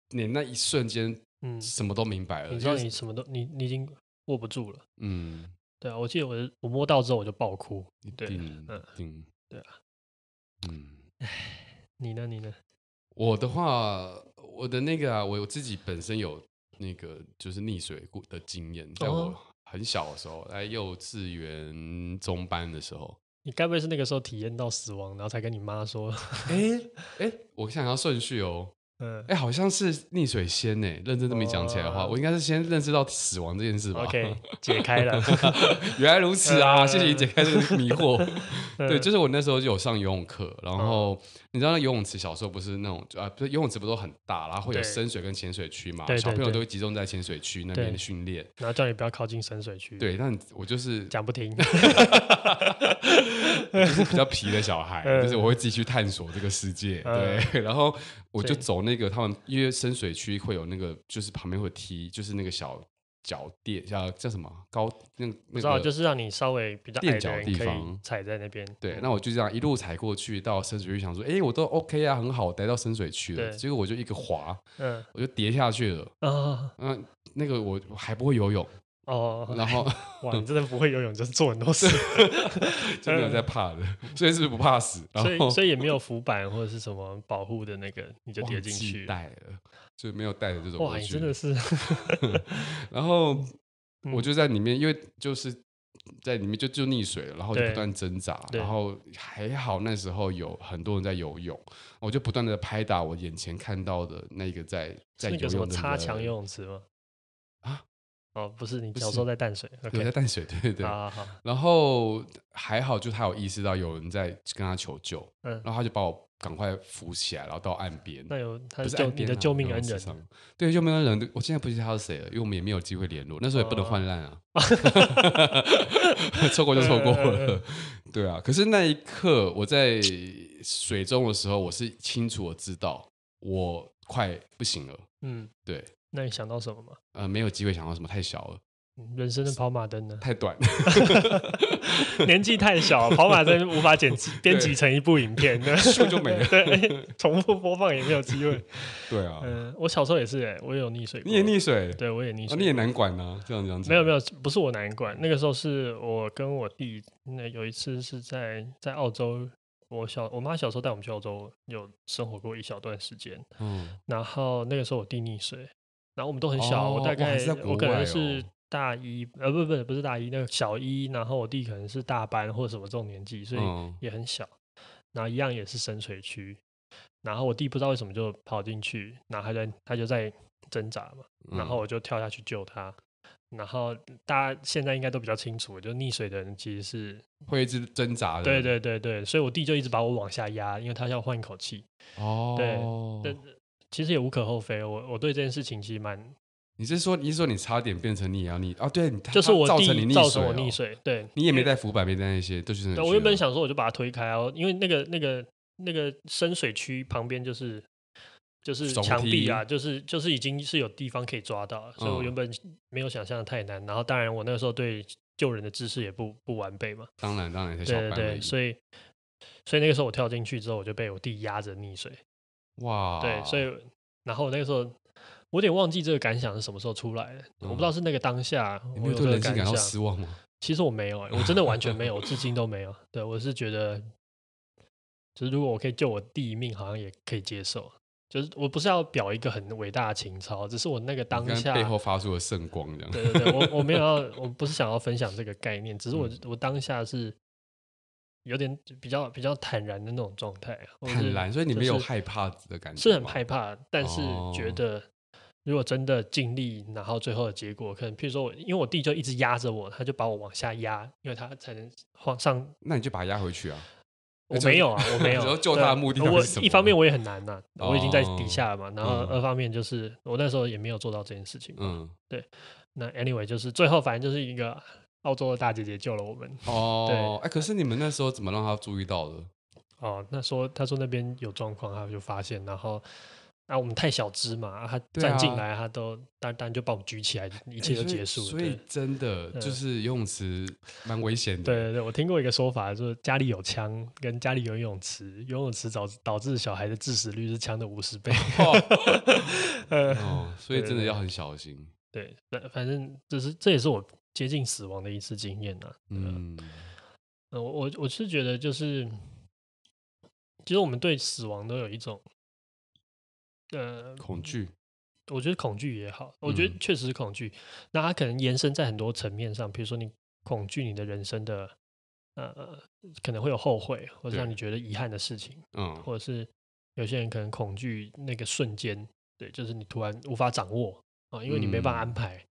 B: 你那一瞬间
A: 嗯，
B: 什么都明白了。
A: 你知道
B: 因为
A: 你什么都你你已经握不住了。
B: 嗯，
A: 对啊，我记得我我摸到之后我就爆哭。
B: 一
A: 对
B: 定，
A: 嗯
B: 一定，
A: 对啊，
B: 嗯。
A: 你呢？你呢？
B: 我的话，我的那个啊，我我自己本身有那个就是溺水过的经验，在我
A: 哦
B: 很小的时候，在幼稚园中班的时候，
A: 你该不会是那个时候体验到死亡，然后才跟你妈说？
B: 哎哎，我想要顺序哦，
A: 嗯
B: 哎，好像是溺水先呢，认真这么一讲起来的话，
A: 哦
B: 我应该是先认识到死亡这件事哎吧。
A: ，OK，解 开 了。
B: 原来如此啊！
A: 呃
B: 谢谢你解开这个迷 惑。
A: 嗯
B: 对，就是是我那时候有上游泳课，然后你知道那游泳池小时候不是那种啊，不是游泳池不都很大，然后会有
A: 对
B: 深水跟浅水区嘛
A: 对，对
B: 小朋友
A: 对
B: 都会集中在浅水区那边
A: 对嗯
B: 训练。
A: 然后叫你不要靠近深水区。，
B: 对，但 我就是
A: 讲不 听。
B: 就是比较皮的小孩，
A: 嗯
B: 就是我会自己去探索这个世界。
A: 嗯
B: 对， 然后我就
A: 对
B: 走那个他们，因为深水区会有那个，就是旁边会有梯，就是那个小脚垫，叫叫什么高那个
A: 不
B: 那
A: 知道，
B: 个
A: 就是让你稍微比较
B: 垫
A: 矮
B: 脚
A: 的人
B: 地
A: 可以
B: 方
A: 踩在那边。
B: 对，那我就这样一路踩过去到深水区，想说，哎、我都 OK 啊，很好，我待到深水区了。
A: 对
B: 结果我就一个滑，
A: 嗯
B: 我就跌下去了。
A: 啊
B: 嗯、那个我我还不会游泳，
A: 哦，
B: 然后
A: 哇，你真的不会游泳，就是做很多事，
B: 真的有在怕的， 所以是不是不怕死？然
A: 所以
B: 后
A: 所以也没有浮板或者是什么保护的那个，你就跌进
B: 忘记
A: 去。
B: 带了，就没有带着这种
A: 哇，
B: 过
A: 你
B: 去。
A: 真的是，
B: 然后
A: 嗯
B: 我就在里面，因为就是在里面就就溺水了，然后就
A: 对
B: 不断挣扎，
A: 对
B: 然后还好那时候有很多人在游泳，我就不断的拍打我眼前看到的那个在在
A: 是那
B: 游
A: 个什么
B: 泳的
A: 擦
B: 人
A: 墙游泳池吗？
B: 啊？
A: 哦，不是，你
B: 不
A: 小时
B: 是
A: 候在淡水。
B: 有在
A: OK，
B: 淡水，对对对。
A: 好好好，
B: 然后还好，就他有意识到有人在跟他求救，
A: 嗯
B: 然后他就把我赶快扶起来，然后到岸边。
A: 那有他
B: 不
A: 是
B: 是
A: 救
B: 岸
A: 你
B: 边
A: 的
B: 啊
A: 救命
B: 游
A: 恩
B: 泳池
A: 人，
B: 上对救命恩人，我现在不记得他是谁了，因为我们也没有机会联络，那时候也不能
A: 哦
B: 换烂 啊，错过就错过
A: 嗯嗯嗯
B: 了， 对啊。可是那一刻我在水中的时候，我是清楚的知道我快不行了，
A: 嗯，
B: 对，
A: 那你想到什么吗？
B: 呃，没有机会想到什么，太小了，
A: 嗯人生的跑马 灯呢？
B: 太短，
A: 年纪太小，跑马灯无法 剪辑编辑成一部影片，那
B: 咻就没了
A: 对，重复播放也没有机 会。
B: 对啊。
A: 嗯，我小时候也是、欸，我也有溺水过。
B: 你也溺水，
A: 对，我也溺
B: 啊
A: 水、
B: 你也难管啊，这样这样子。
A: 没有没有，不是我难管。那个时候是我跟我弟，那有一次是在在澳洲，我小我妈小时候带我们去澳洲，有生活过一小段时间。
B: 嗯，
A: 然后那个时候我弟溺水，然后我们都很小，我
B: 哦
A: 大
B: 哇还
A: 概
B: 是在国
A: 我可能
B: 外
A: 是
B: 哦
A: 大一，呃，不不不是大一，那个小一，然后我弟可能是大班或者什么这种年纪，所以
B: 嗯
A: 也很小，然后一样也是深水区，然后我弟不知道为什么就跑进去，然后他在他就在挣扎嘛，
B: 嗯
A: 然后我就跳下去救他。然后大家现在应该都比较清楚，就溺水的人其实是，
B: 会一直挣扎的。
A: 对对对对，所以我弟就一直把我往下压，因为他要换一口气。
B: 哦，
A: 但其实也无可厚非，我我对这件事情其实蛮
B: 你是说你是说你差点变成你也要溺啊？对，你
A: 就是我
B: 造
A: 弟
B: 成你溺
A: 造
B: 水，哦
A: 成我溺，水，对
B: 你也没。
A: 因
B: 带浮哦板，没带那些，都是
A: 为对，我原本想说我就把它推开啊，因为那个那个那个深水区旁边就是就是
B: 总
A: 墙壁啊，
B: 梯
A: 就是就是已经是有地方可以抓到了，所以我
B: 嗯
A: 原本没有想象的太难。然后当然我那个时候对救人的知识也不不完备嘛，
B: 当然当然才小
A: 对对
B: 班而
A: 对，
B: 已。
A: 所以所以那个时候我跳进去之后，我就被我弟压着溺水，
B: 哇，
A: 对，所以
B: 哦
A: 然后我那个时候。我有点忘记这个感想是什么时候出来的，我不知道是那个当下
B: 嗯你
A: 我
B: 没有
A: 有这
B: 对
A: 个
B: 人性
A: 感
B: 感到
A: 想，
B: 失望吗？
A: 其实我没有、欸，我真的完全没有，我至今都没 有。对我是觉得，就是如果我可以救我弟一命，好像也可以接受。就是我不是要表一个很伟大的情操，只是我那个当
B: 你刚
A: 下，
B: 背后发出了圣光这样。
A: 对对对，我我没有要，我不是想要分享这个概念，只是我、
B: 嗯
A: 我当下是有点比较比较坦然的那种状态，啊或者是
B: 坦然，所以你没有
A: 就是
B: 害怕的感觉，
A: 是很害。怕，但是觉
B: 哦
A: 得如果真的尽力，然后最后的结果可能，譬如说我，因为我弟就一直压着我，他就把我往下压，因为他才能往上。
B: 那你就把它压回去啊！
A: 我
B: 就
A: 没有啊，我 没有。
B: 然后救
A: 对
B: 他的目的到底
A: 我
B: 是什
A: 一
B: 么
A: 方面我也很难呐、我已经在
B: 哦
A: 底下了嘛。然后
B: 嗯
A: 二方面就是我那时候也没有做到这件事情。
B: 嗯，
A: 那 anyway 就是最后反正就是一个澳洲的大姐姐救了我们。
B: 哦，哎，可是你们那时候怎么让他注意到的？
A: 哦，那说他说那边有状况，他就发现，然后啊、啊，我们太小只嘛，啊他
B: 对啊
A: 站进来，他都当当然就把我们举起来，一切就
B: 哎所以
A: 结束了。
B: 所以
A: 对
B: 真的就
A: 嗯
B: 是游泳池蛮危险的。
A: 对对对，我听过一个说法，就是家里有枪跟家里有游泳池，游泳池导导致小孩的致死率是枪的五十倍。
B: 哦，所以真的
A: 对
B: 要很小心。
A: 对，反反正这是这也是我接近死亡的一次经验呐、啊。嗯，
B: 嗯，
A: 呃我我我是觉得就是，其实我们对死亡都有一种，呃，
B: 恐惧。
A: 我觉得恐惧也好，我觉得
B: 嗯
A: 确实是恐惧。那它可能延伸在很多层面上，比如说你恐惧你的人生的，呃，可能会有后悔，或者
B: 对
A: 让你觉得遗憾的事情，
B: 嗯，
A: 或者是有些人可能恐惧那个瞬间，对，就是你突然无法掌握啊、因为你没办法安
B: 嗯
A: 排，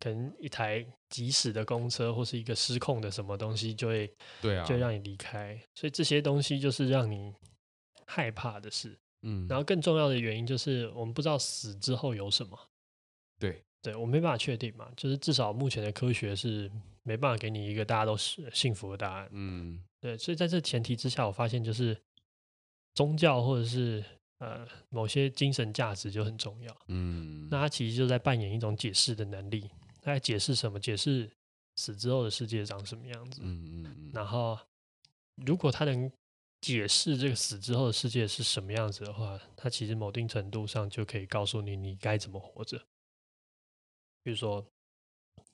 A: 可能一台急驶的公车或是一个失控的什么东西就会
B: 对啊，
A: 就会让你离开，所以这些东西就是让你害怕的事。
B: 嗯，
A: 然后更重要的原因就是我们不知道死之后有什么，
B: 对
A: 对我没办法确定嘛，就是至少目前的科学是没办法给你一个大家都是幸福的答案。
B: 嗯，
A: 对，所以在这前提之下，我发现就是宗教或者是呃某些精神价值就很重要。
B: 嗯，
A: 那它其实就在扮演一种解释的能力，它在解释什么？解释死之后的世界长什么样子。
B: 嗯嗯嗯，
A: 然后，如果它能解释这个死之后的世界是什么样子的话，它其实某定程度上就可以告诉你你该怎么活着。比如说，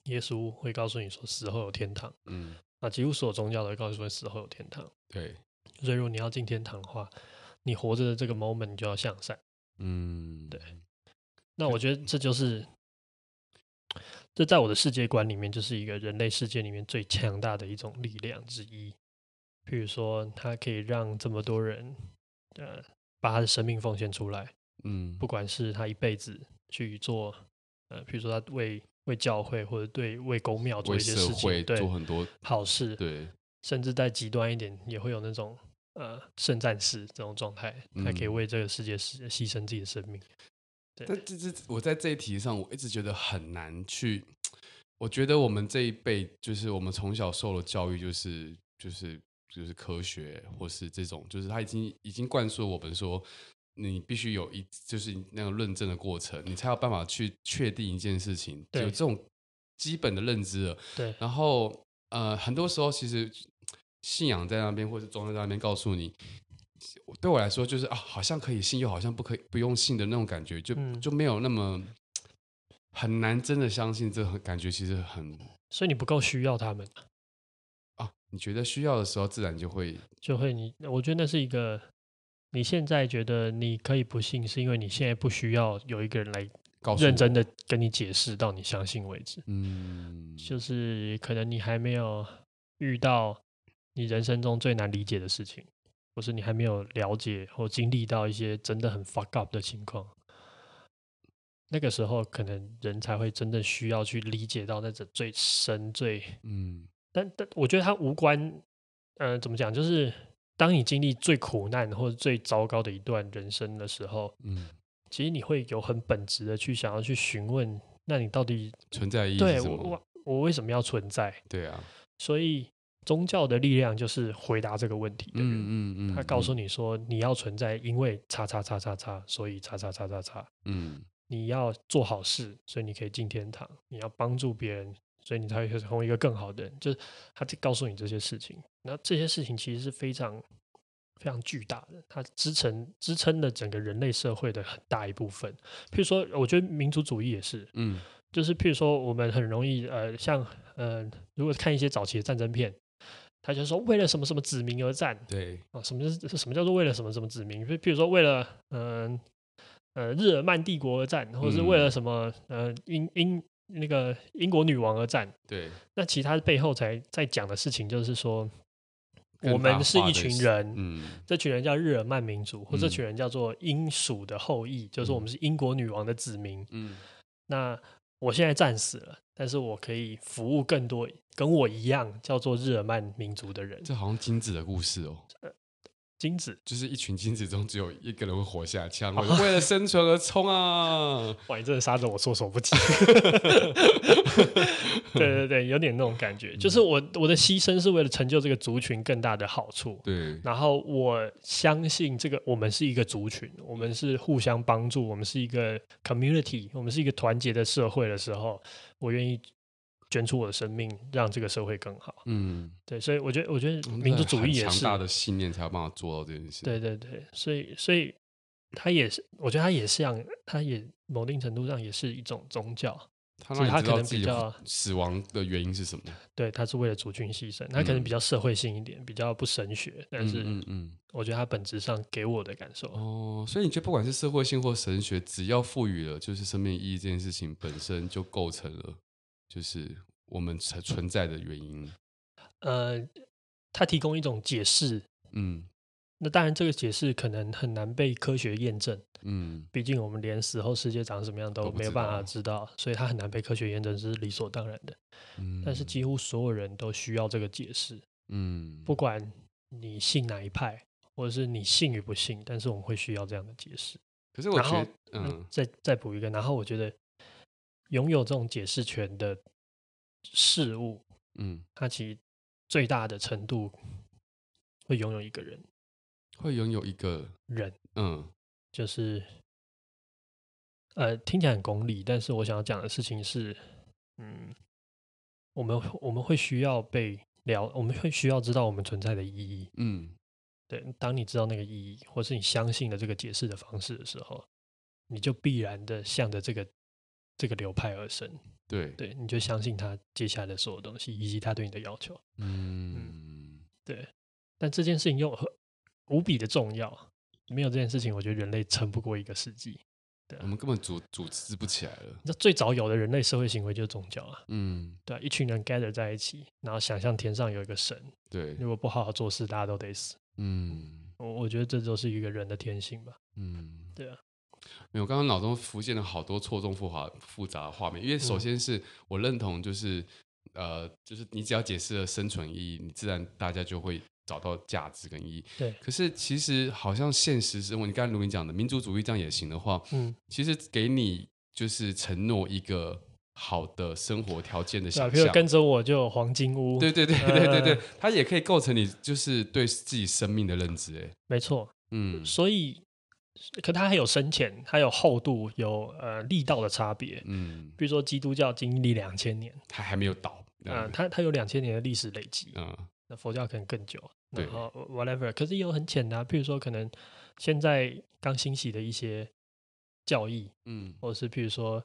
A: 耶稣会告诉你说死后有天堂，
B: 嗯，
A: 那几乎所有宗教都会告诉你死后有天堂。
B: 对，
A: 所以如果你要进天堂的话，你活着的这个 moment 你就要向善。
B: 嗯，
A: 对那我觉得这就是，这在我的世界观里面，就是一个人类世界里面最强大的一种力量之一。譬如说，它可以让这么多人，呃，把他的生命奉献出来，
B: 嗯，
A: 不管是他一辈子去做，呃，譬如说他为为教会或者对为公庙做
B: 为
A: 一些
B: 社
A: 事
B: 会
A: 情，对
B: 做很多，
A: 好事，
B: 对，
A: 甚至再极端一点，也会有那种呃圣战士这种状态，他可以
B: 嗯
A: 为这个世界牺牺牲自己的生命。
B: 但这这我在这一题上，我一直觉得很难去。我觉得我们这一辈，就是我们从小受的教育，就是就是就是科学，或是这种，就是他已经已经灌输我们说，你必须有一就是那个论证的过程，你才有办法去确定一件事情，
A: 对
B: 有这种基本的认知了。
A: 对
B: 然后呃，很多时候其实信仰在那边，或是宗教在那边告诉你，对我来说就是啊，好像可以信，又好像不可以不用信的那种感觉，就、
A: 嗯
B: 就没有那么很难真的相信。这个感觉其实很
A: 所以你不够需要他们，
B: 啊，你觉得需要的时候，自然就会
A: 就会你，我觉得那是一个你现在觉得你可以不信，是因为你现在不需要有一个人来
B: 告诉
A: 认
B: 我
A: 真，的跟你解释到你相信为止。
B: 嗯，
A: 就是可能你还没有遇到你人生中最难理解的事情，或是你还没有了解或经历到一些真的很 fuck up 的情况，那个时候可能人才会真的需要去理解到那种最深最……
B: 嗯
A: 但但我觉得它无关，呃，怎么讲？就是当你经历最苦难或者最糟糕的一段人生的时候，
B: 嗯，
A: 其实你会有很本质的去想要去询问，那你到底
B: 存在意义
A: 对
B: 是什
A: 我
B: 么？
A: 我我为什么要存在？
B: 对啊，
A: 所以宗教的力量就是回答这个问题的人。
B: 嗯嗯嗯，
A: 他告诉
B: 你，
A: 你说，你要存在，因为叉叉叉叉叉，所以叉叉叉叉叉。
B: 嗯
A: 你要做好事，所以你可以进天堂。你要帮助别人，所以你才会成为一个更好的人。就是他在告诉你这些事情。那这些事情其实是非常非常巨大的，它支撑支撑了整个人类社会的很大一部分。譬如说，我觉得民族主义也是，
B: 嗯
A: 就是譬如说，我们很容易呃，像呃，如果看一些早期的战争片，他就说为了什么什么子民而战
B: 对，
A: 啊，什么是什么叫做为了什么什么子民？就譬如说为了嗯呃日耳曼帝国而战，或者是为了
B: 嗯
A: 什么呃英英那个英国女王而战。
B: 对，
A: 那其他背后才在讲的事情就是说，
B: 更
A: 我
B: 大
A: 们是
B: 化
A: 一
B: 的
A: 群
B: 是
A: 人，
B: 嗯
A: 这群人叫日耳曼民族，或这
B: 嗯
A: 群人叫做英属的后裔，就是我们是英国女王的子民。
B: 嗯
A: 那我现在战死了，但是我可以服务更多跟我一样叫做日耳曼民族的人。
B: 这好像金子的故事哦，
A: 金子
B: 就是一群精子中只有一个人会活下来，其他人会为了生存而冲啊！
A: 哇，你真的杀得我措手不及。 对对对，有点那种感觉，就是我我的牺牲是为了成就这个族群更大的好处。
B: 对，
A: 然后我相信这个，我们是一个族群，我们是互相帮助，我们是一个 community，我们是一个团结的社会的时候，我愿意捐出我的生命，让这个社会更好。
B: 嗯，
A: 对，所以我觉得，我觉得
B: 我们
A: 民族
B: 真的
A: 主
B: 嗯很
A: 义也
B: 强
A: 是，
B: 大的信念才有办法做到这件事。
A: 对对对，所以所以他也是，我觉得他也是像，他也某定程度上也是一种宗教。
B: 他
A: 所
B: 让
A: 以他
B: 你
A: 可
B: 知道
A: 能
B: 自
A: 比
B: 己
A: 较，
B: 死亡的原因是什么。
A: 对，他是为了族群牺牲，他可能
B: 嗯
A: 比较社会性一点，比较不神学，但是
B: 嗯嗯
A: 我觉得他本质上给我的感受，
B: 哦，所以你觉得不管是社会性或神学，只要赋予了就是生命意义这件事情本身就构成了，就是我们才存在的原因。
A: 呃，他提供一种解释，
B: 嗯
A: 那当然，这个解释可能很难被科学验证，
B: 嗯，
A: 毕竟我们连死后世界长什么样
B: 都
A: 都
B: 不
A: 没有
B: 知
A: 办
B: 道
A: 法知道，所以它很难被科学验证是理所当然的。
B: 嗯
A: 但是几乎所有人都需要这个解释，
B: 嗯
A: 不管你信哪一派，或者是你信与不信，但是我们会需要这样的解释。
B: 可是我
A: 然
B: 觉
A: 后
B: 得，嗯，
A: 再再补一个，然后我觉得拥有这种解释权的事物，
B: 嗯，
A: 它其实最大的程度会拥有一个人，
B: 会拥有一个，
A: 人。
B: 嗯
A: 就是呃，听起来很功利，但是我想要讲的事情是，嗯，我们我们会需要被聊，我们会需要知道我们存在的意义。
B: 嗯
A: 对，当你知道那个意义，或是你相信了这个解释的方式的时候，你就必然的向着这个这个流派而生。
B: 对，
A: 对，你就相信他接下来的所有东西，以及他对你的要求。
B: 嗯
A: 但这件事情又很无比的重要，没有这件事情，我觉得人类撑不过一个世纪。
B: 嗯我们根本组组织不起来了。
A: 你知道最早有的人类社会行为就是宗教啊，
B: 嗯，
A: 对啊、一群人 gather 在一起，然后想象天上有一个神，
B: 对，
A: 如果不好好做事，大家都得死。
B: 嗯。
A: 我我觉得这就是一个人的天性吧。
B: 嗯，
A: 对啊，
B: 没有，我刚刚脑中浮现了好多错综复杂复杂的画面，因为首
A: 嗯
B: 先是我认同，就是、呃，就是你只要解释了生存意义，你自然大家就会找到价值跟意义。
A: 对，
B: 可是其实好像现实生活，你刚才如你讲的民族主义这样也行的话，
A: 嗯，
B: 其实给你就是承诺一个好的生活条件的
A: 对啊，
B: 想
A: 比如
B: 象。
A: 跟着我就有黄金屋，
B: 对对对对对对
A: 呃，
B: 它也可以构成你就是对自己生命的认知。哎，
A: 没错。
B: 嗯
A: 所以，可它还有深浅，它有厚度，有呃力道的差别。
B: 嗯，
A: 比如说基督教经历两千年，
B: 它还没有倒。
A: 啊、
B: 嗯
A: 它它有两千年的历史累积，
B: 嗯
A: 那佛教可能更久，
B: 对
A: 然后 whatever，可是也有很浅的、啊，譬如说可能现在刚兴起的一些教义，
B: 嗯
A: 或者是譬如说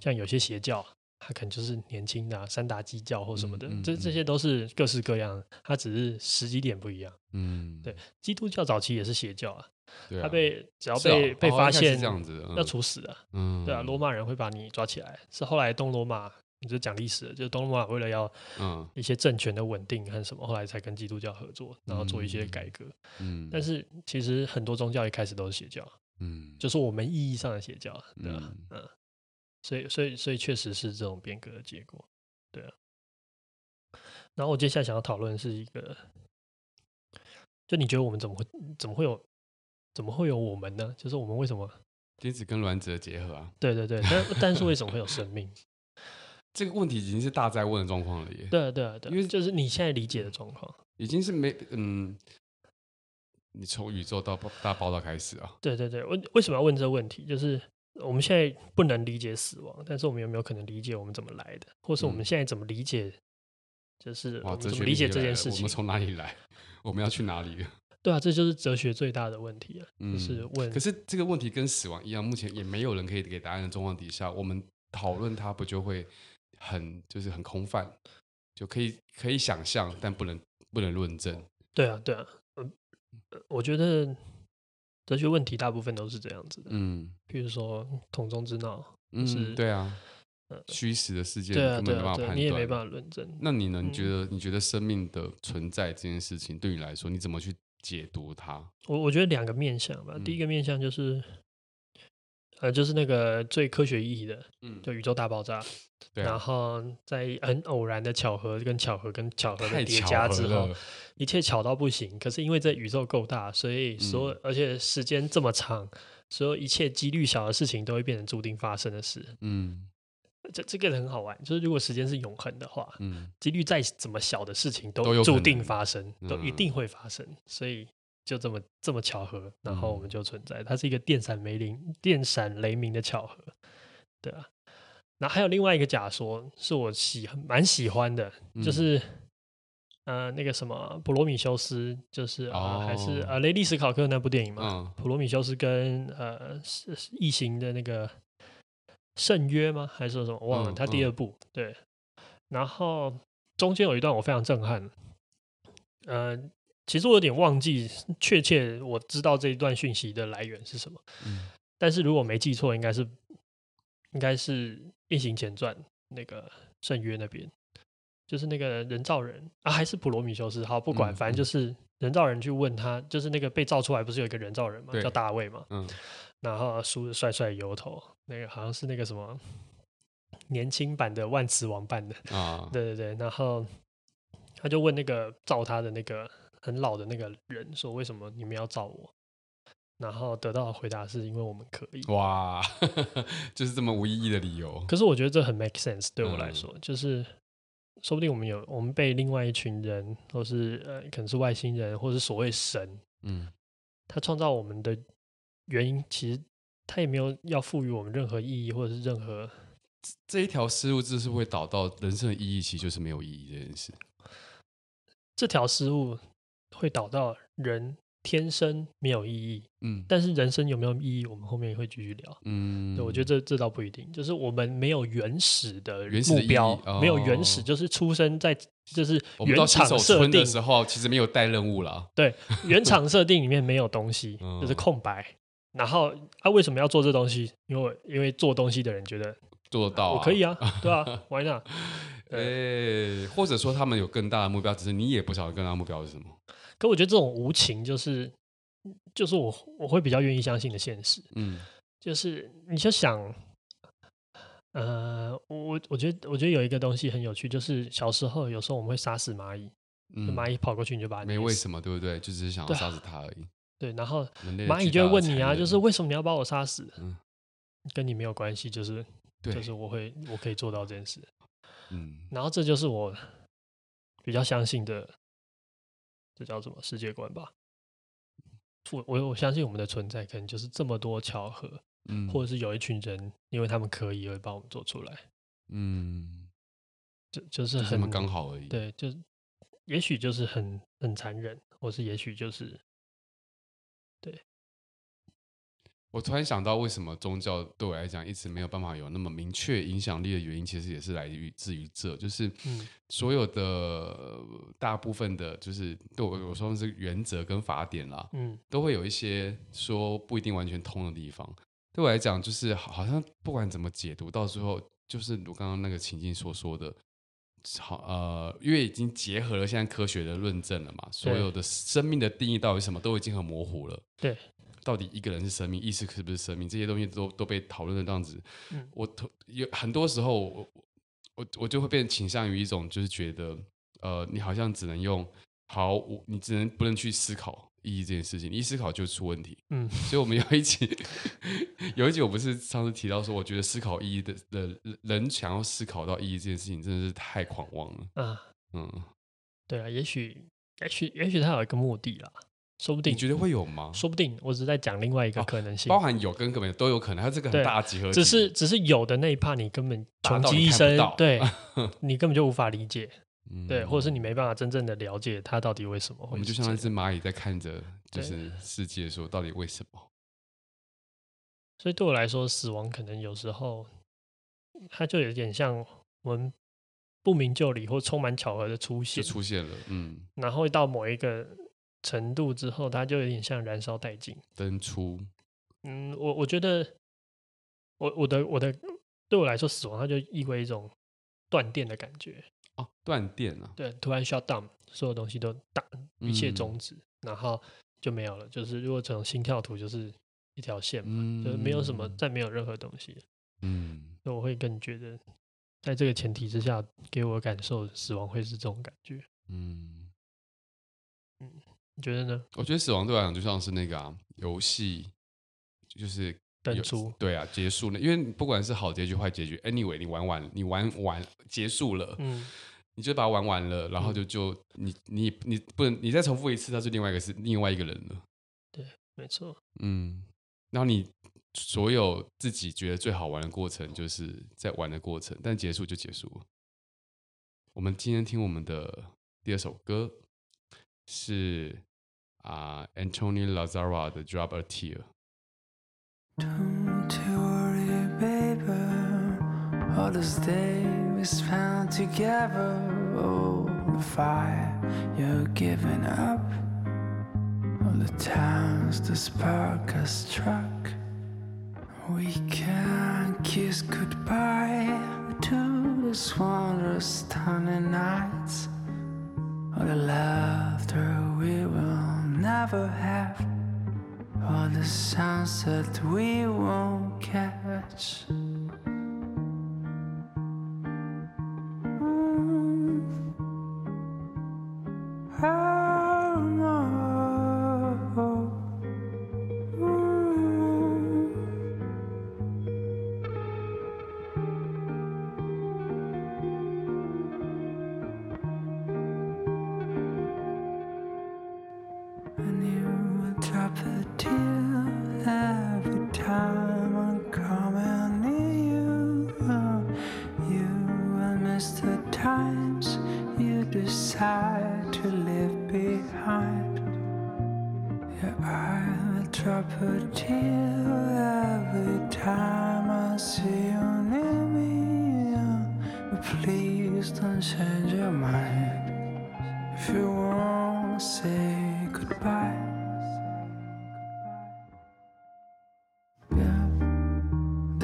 A: 像有些邪教，它可能就是年轻的、啊、三打基教或什么的，
B: 嗯嗯
A: 这这些都是各式各样的，它只是时机点不一样。
B: 嗯，
A: 对基督教早期也是邪教啊，
B: 对啊，
A: 它被只要
B: 是啊
A: 被、被
B: 哦
A: 发
B: 一开始
A: 现
B: 这样子的，嗯
A: 要处死的啊，
B: 嗯，
A: 对啊，罗马人会把你抓起来，是后来东罗马。你就讲历史了，就是东罗马为了要
B: 嗯
A: 一些政权的稳定和什么，后来才跟基督教合作，然后做一些改革。
B: 嗯，
A: 但是其实很多宗教一开始都是邪教，
B: 嗯，
A: 就是我们意义上的邪教，对吧、
B: 嗯
A: 嗯，所以所以所以确实是这种变革的结果，对啊。然后我接下来想要讨论的是一个，就你觉得我们怎么会怎么会有怎么会有我们呢？就是我们为什么？
B: 精子跟卵子的结合啊，
A: 对对对，但但是为什么会有生命？
B: 这个问题已经是大灾问的状况了耶，
A: 对啊对啊对啊，
B: 因为
A: 就是你现在理解的状况。
B: 已经是没嗯，你从宇宙到爆大爆炸开始啊，
A: 对对对，为为什么要问这个问题？就是我们现在不能理解死亡，但是我们有没有可能理解我们怎么来的，或是我
B: 嗯
A: 们现在怎么理解，就是我
B: 哇，
A: 们
B: 哲
A: 怎
B: 学
A: 么理解
B: 力
A: 这
B: 又
A: 件
B: 来了
A: 事
B: 我们
A: 情？
B: 从哪里来， 我们要去哪里了？
A: 对啊，这就是哲学最大的问题啊，
B: 嗯，
A: 就是问
B: 可是这个问题跟死亡一样，目前也没有人可以给答案的状况底下，我们讨论它不就会很就是很空泛，就可以可以想象，但不能不能论证。
A: 对啊对啊，嗯、呃我觉得哲学问题大部分都是这样子的，
B: 嗯
A: 譬如说桶中之闹，
B: 嗯，
A: 是
B: 对啊
A: 呃，
B: 虚实的世界
A: 对啊
B: 你根
A: 对啊
B: 本没办法
A: 对啊，
B: 判
A: 你也没
B: 断。
A: 办法论证。
B: 那你呢？你觉
A: 嗯
B: 得你觉得生命的存在这件事情对你来说，你怎么去解读它？
A: 我我觉得两个面向吧，
B: 嗯
A: 第一个面向就是，呃，就是那个最科学意义的，
B: 嗯，
A: 就宇宙大爆炸。
B: 对
A: 然
B: 啊，
A: 后在很偶然的巧合跟巧合跟巧合的
B: 太
A: 叠
B: 巧
A: 加
B: 合
A: 之后
B: 了，，
A: 一切巧到不行。可是因为这宇宙够大，所以所
B: 嗯
A: 有、而且时间这么长，所有一切几率小的事情都会变成注定发生的事。
B: 嗯
A: 这这个很好玩，就是如果时间是永恒的话，
B: 嗯，
A: 几率再怎么小的事情
B: 都
A: 都
B: 有可
A: 注
B: 能
A: 定发生，都一
B: 嗯
A: 定会发生。所以就这么这么巧合，然后我们
B: 嗯
A: 就存在。它是一个电闪雷鸣、电闪雷鸣的巧合，对啊。然后还有另外一个假说是我喜蛮喜欢的，就
B: 嗯
A: 是呃那个什么普罗米修斯，就是啊、呃还是
B: 哦
A: 呃雷利史考克那部电影嘛，
B: 嗯
A: 普罗米修斯跟呃是是异形的那个圣约吗？还是什么？我忘了。
B: 嗯
A: 他第
B: 嗯
A: 二部、对，然后中间有一段我非常震撼，呃，其实我有点忘记确切我知道这一段讯息的来源是什么，
B: 嗯
A: 但是如果没记错，应该是应该是《异形前传》那个圣约那边，就是那个人造人啊，还是普罗米修斯？好，不管，
B: 嗯
A: 反正就是人造人去问他，就是那个被造出来不是有一个人造人嘛，
B: 对
A: 叫大卫嘛，
B: 嗯
A: 然后梳着帅帅的油头，那个好像是那个什么年轻版的万磁王扮的，
B: 啊，
A: 对对对，然后他就问那个造他的那个很老的那个人说：“为什么你们要造我？”然后得到的回答是因为我们可以。
B: 哇， 就是这么无意义的理由，
A: 可是我觉得这很 make sense 对我来
B: 嗯
A: 说，就是说不定我们有我们被另外一群人，或是呃可能是外星人，或是所谓神，
B: 嗯
A: 他创造我们的原因，其实他也没有要赋予我们任何意义，或者是任何
B: 这一条思路就是会导到人生的意义，其实就是没有意义这件事。
A: 这条失误会导到人天生没有意义。
B: 嗯
A: 但是人生有没有意义，我们后面会继续聊。
B: 嗯，
A: 对，我觉得这这倒不一定，就是我们没有原始的
B: 原始的
A: 目
B: 意义
A: 标，没有原始，
B: 哦
A: 就是出生在就是
B: 我们到
A: 原
B: 新
A: 厂
B: 手
A: 设
B: 村
A: 定
B: 的，时候，其实没有带任务啦。
A: 对，原厂设定里面没有东西，就是
B: 嗯
A: 空白。然后他、啊、为什么要做这东西？因为因为做东西的人觉得、
B: 做得到、
A: 我可以。 啊，对啊，Why not？
B: 哦诶、哎或者说他们有更大的目标，只是你也不晓得更大的目标是什么。
A: 可我觉得这种无情就是就是我我会比较愿意相信的现实。
B: 嗯
A: 就是你就想，呃，我我觉得我觉得有一个东西很有趣，就是小时候有时候我们会杀死蚂蚁，就
B: 嗯，
A: 蚂蚁跑过去你就把它
B: 没
A: 捏
B: 为
A: 死
B: 什么，对不对？就只是想要
A: 对啊
B: 杀死他而已。
A: 对，然后
B: 人类的
A: 蚂蚁
B: 巨
A: 就
B: 大
A: 会
B: 的
A: 问你
B: 残
A: 啊，
B: 忍
A: 就是为什么你要把我杀死？
B: 嗯
A: 跟你没有关系，就是
B: 对，
A: 就是我会我可以做到这件事，
B: 嗯
A: 然后这就是我比较相信的，这叫什么世界观吧？我我我相信我们的存在可能就是这么多巧合，
B: 嗯，
A: 或者是有一群人，因为他们可以而帮我们做出来，
B: 嗯，
A: 就就是
B: 就这么
A: 很
B: 刚好而已。
A: 对，就是也许就是很很残忍，或是也许 就是
B: 我突然想到，为什么宗教对我来讲一直没有办法有那么明确影响力的原因，其实也是来于自于这，就是
A: 嗯
B: 所有的、呃大部分的，就是对我我说的是原则跟法典啦，
A: 嗯
B: 都会有一些说不一定完全通的地方。对我来讲，就是好好像不管怎么解读，到最后就是我刚刚那个情境所说的，好呃，因为已经结合了现在科学的论证了嘛，所有的生命的定义到底是什么都已经很模糊了。
A: 对，
B: 到底一个人是生命，意识是不是生命，这些东西都都被讨论的这样子。
A: 嗯
B: 我头有很多时候我，我我我就会变倾向于一种，就是觉得呃，你好像只能用好，我你只能不能去思考意义这件事情，你一思考就出问题。
A: 嗯
B: 所以我们要一起有一集，我不是上次提到说，我觉得思考意义的的人想要思考到意义这件事情，真的是太狂妄了。
A: 啊，
B: 嗯，
A: 对啊，也许也许也许他有一个目的啦，说不
B: 你
A: 定
B: 觉得会有吗？
A: 说不定我只是在讲另外一个
B: 哦
A: 可能性，
B: 包含有跟根本都有可能，它这个
A: 对
B: 很大的集合体，
A: 只是只是有的那一趴你根本
B: 达
A: 穷
B: 到
A: 极
B: 你
A: 一
B: 看不
A: 生
B: 到，
A: 对你根本就无法理解，
B: 嗯
A: 对，或者是你没办法真正的了解它到底为什么
B: 我
A: 会
B: 们就是
A: 这
B: 像
A: 样
B: 一。只蚂蚁在看着，就
A: 对
B: 是世界说到底为什么？
A: 所以对我来说，死亡可能有时候它就有点像我们不明就里或充满巧合的出
B: 就
A: 现，
B: 出现了，嗯，
A: 然后到某一个程度之后，它就有点像燃烧殆尽。
B: 登出，
A: 嗯，我我觉得，我我的我的对我来说，死亡它就意味一种断电的感觉，
B: 哦，断电啊，
A: 对，突然 shut down，所有东西都 down，一切
B: 嗯
A: 终止，然后就没有了。就是如果从心跳图，就是一条线嘛，
B: 嗯
A: 就是没有什么，再没有任何东西。
B: 嗯
A: 所以我会更觉得，在这个前提之下，给我的感受，死亡会是这种感觉。
B: 嗯。
A: 你觉得呢？
B: 我觉得死亡对我来讲就像是那个啊，游戏就是
A: 登
B: 有
A: 出，
B: 对啊，结束了。因为你不管是好结局坏结局，anyway，你玩完，你玩完结束了，
A: 嗯，
B: 你就把它玩完了，然后就就你你你不能你再重复一次，那是另外一个是另外一个人了。
A: 没错，
B: 嗯，然后你所有自己觉得最好玩的过程，就是在玩的过程，但结束就结束了。我们今天听我们的第二首歌是啊、Anthony Lazara 的《Drop a Tear》。
D: Don't worry, baby. All those days we spent together. Oh, the fire you're giving up. All the times the spark has struck. We can kiss goodbye to those wondrous stunning nights. All the laughter we will never have. All the sunset we won't catch. Mm. Oh, no. Mm. And you will drop a tear every time I'm coming near you. You will miss the times you decide to leave behind. Yeah, I will drop a tear every time I see you near me. But please don't change your mind. If you wanna say goodbye. Yeah.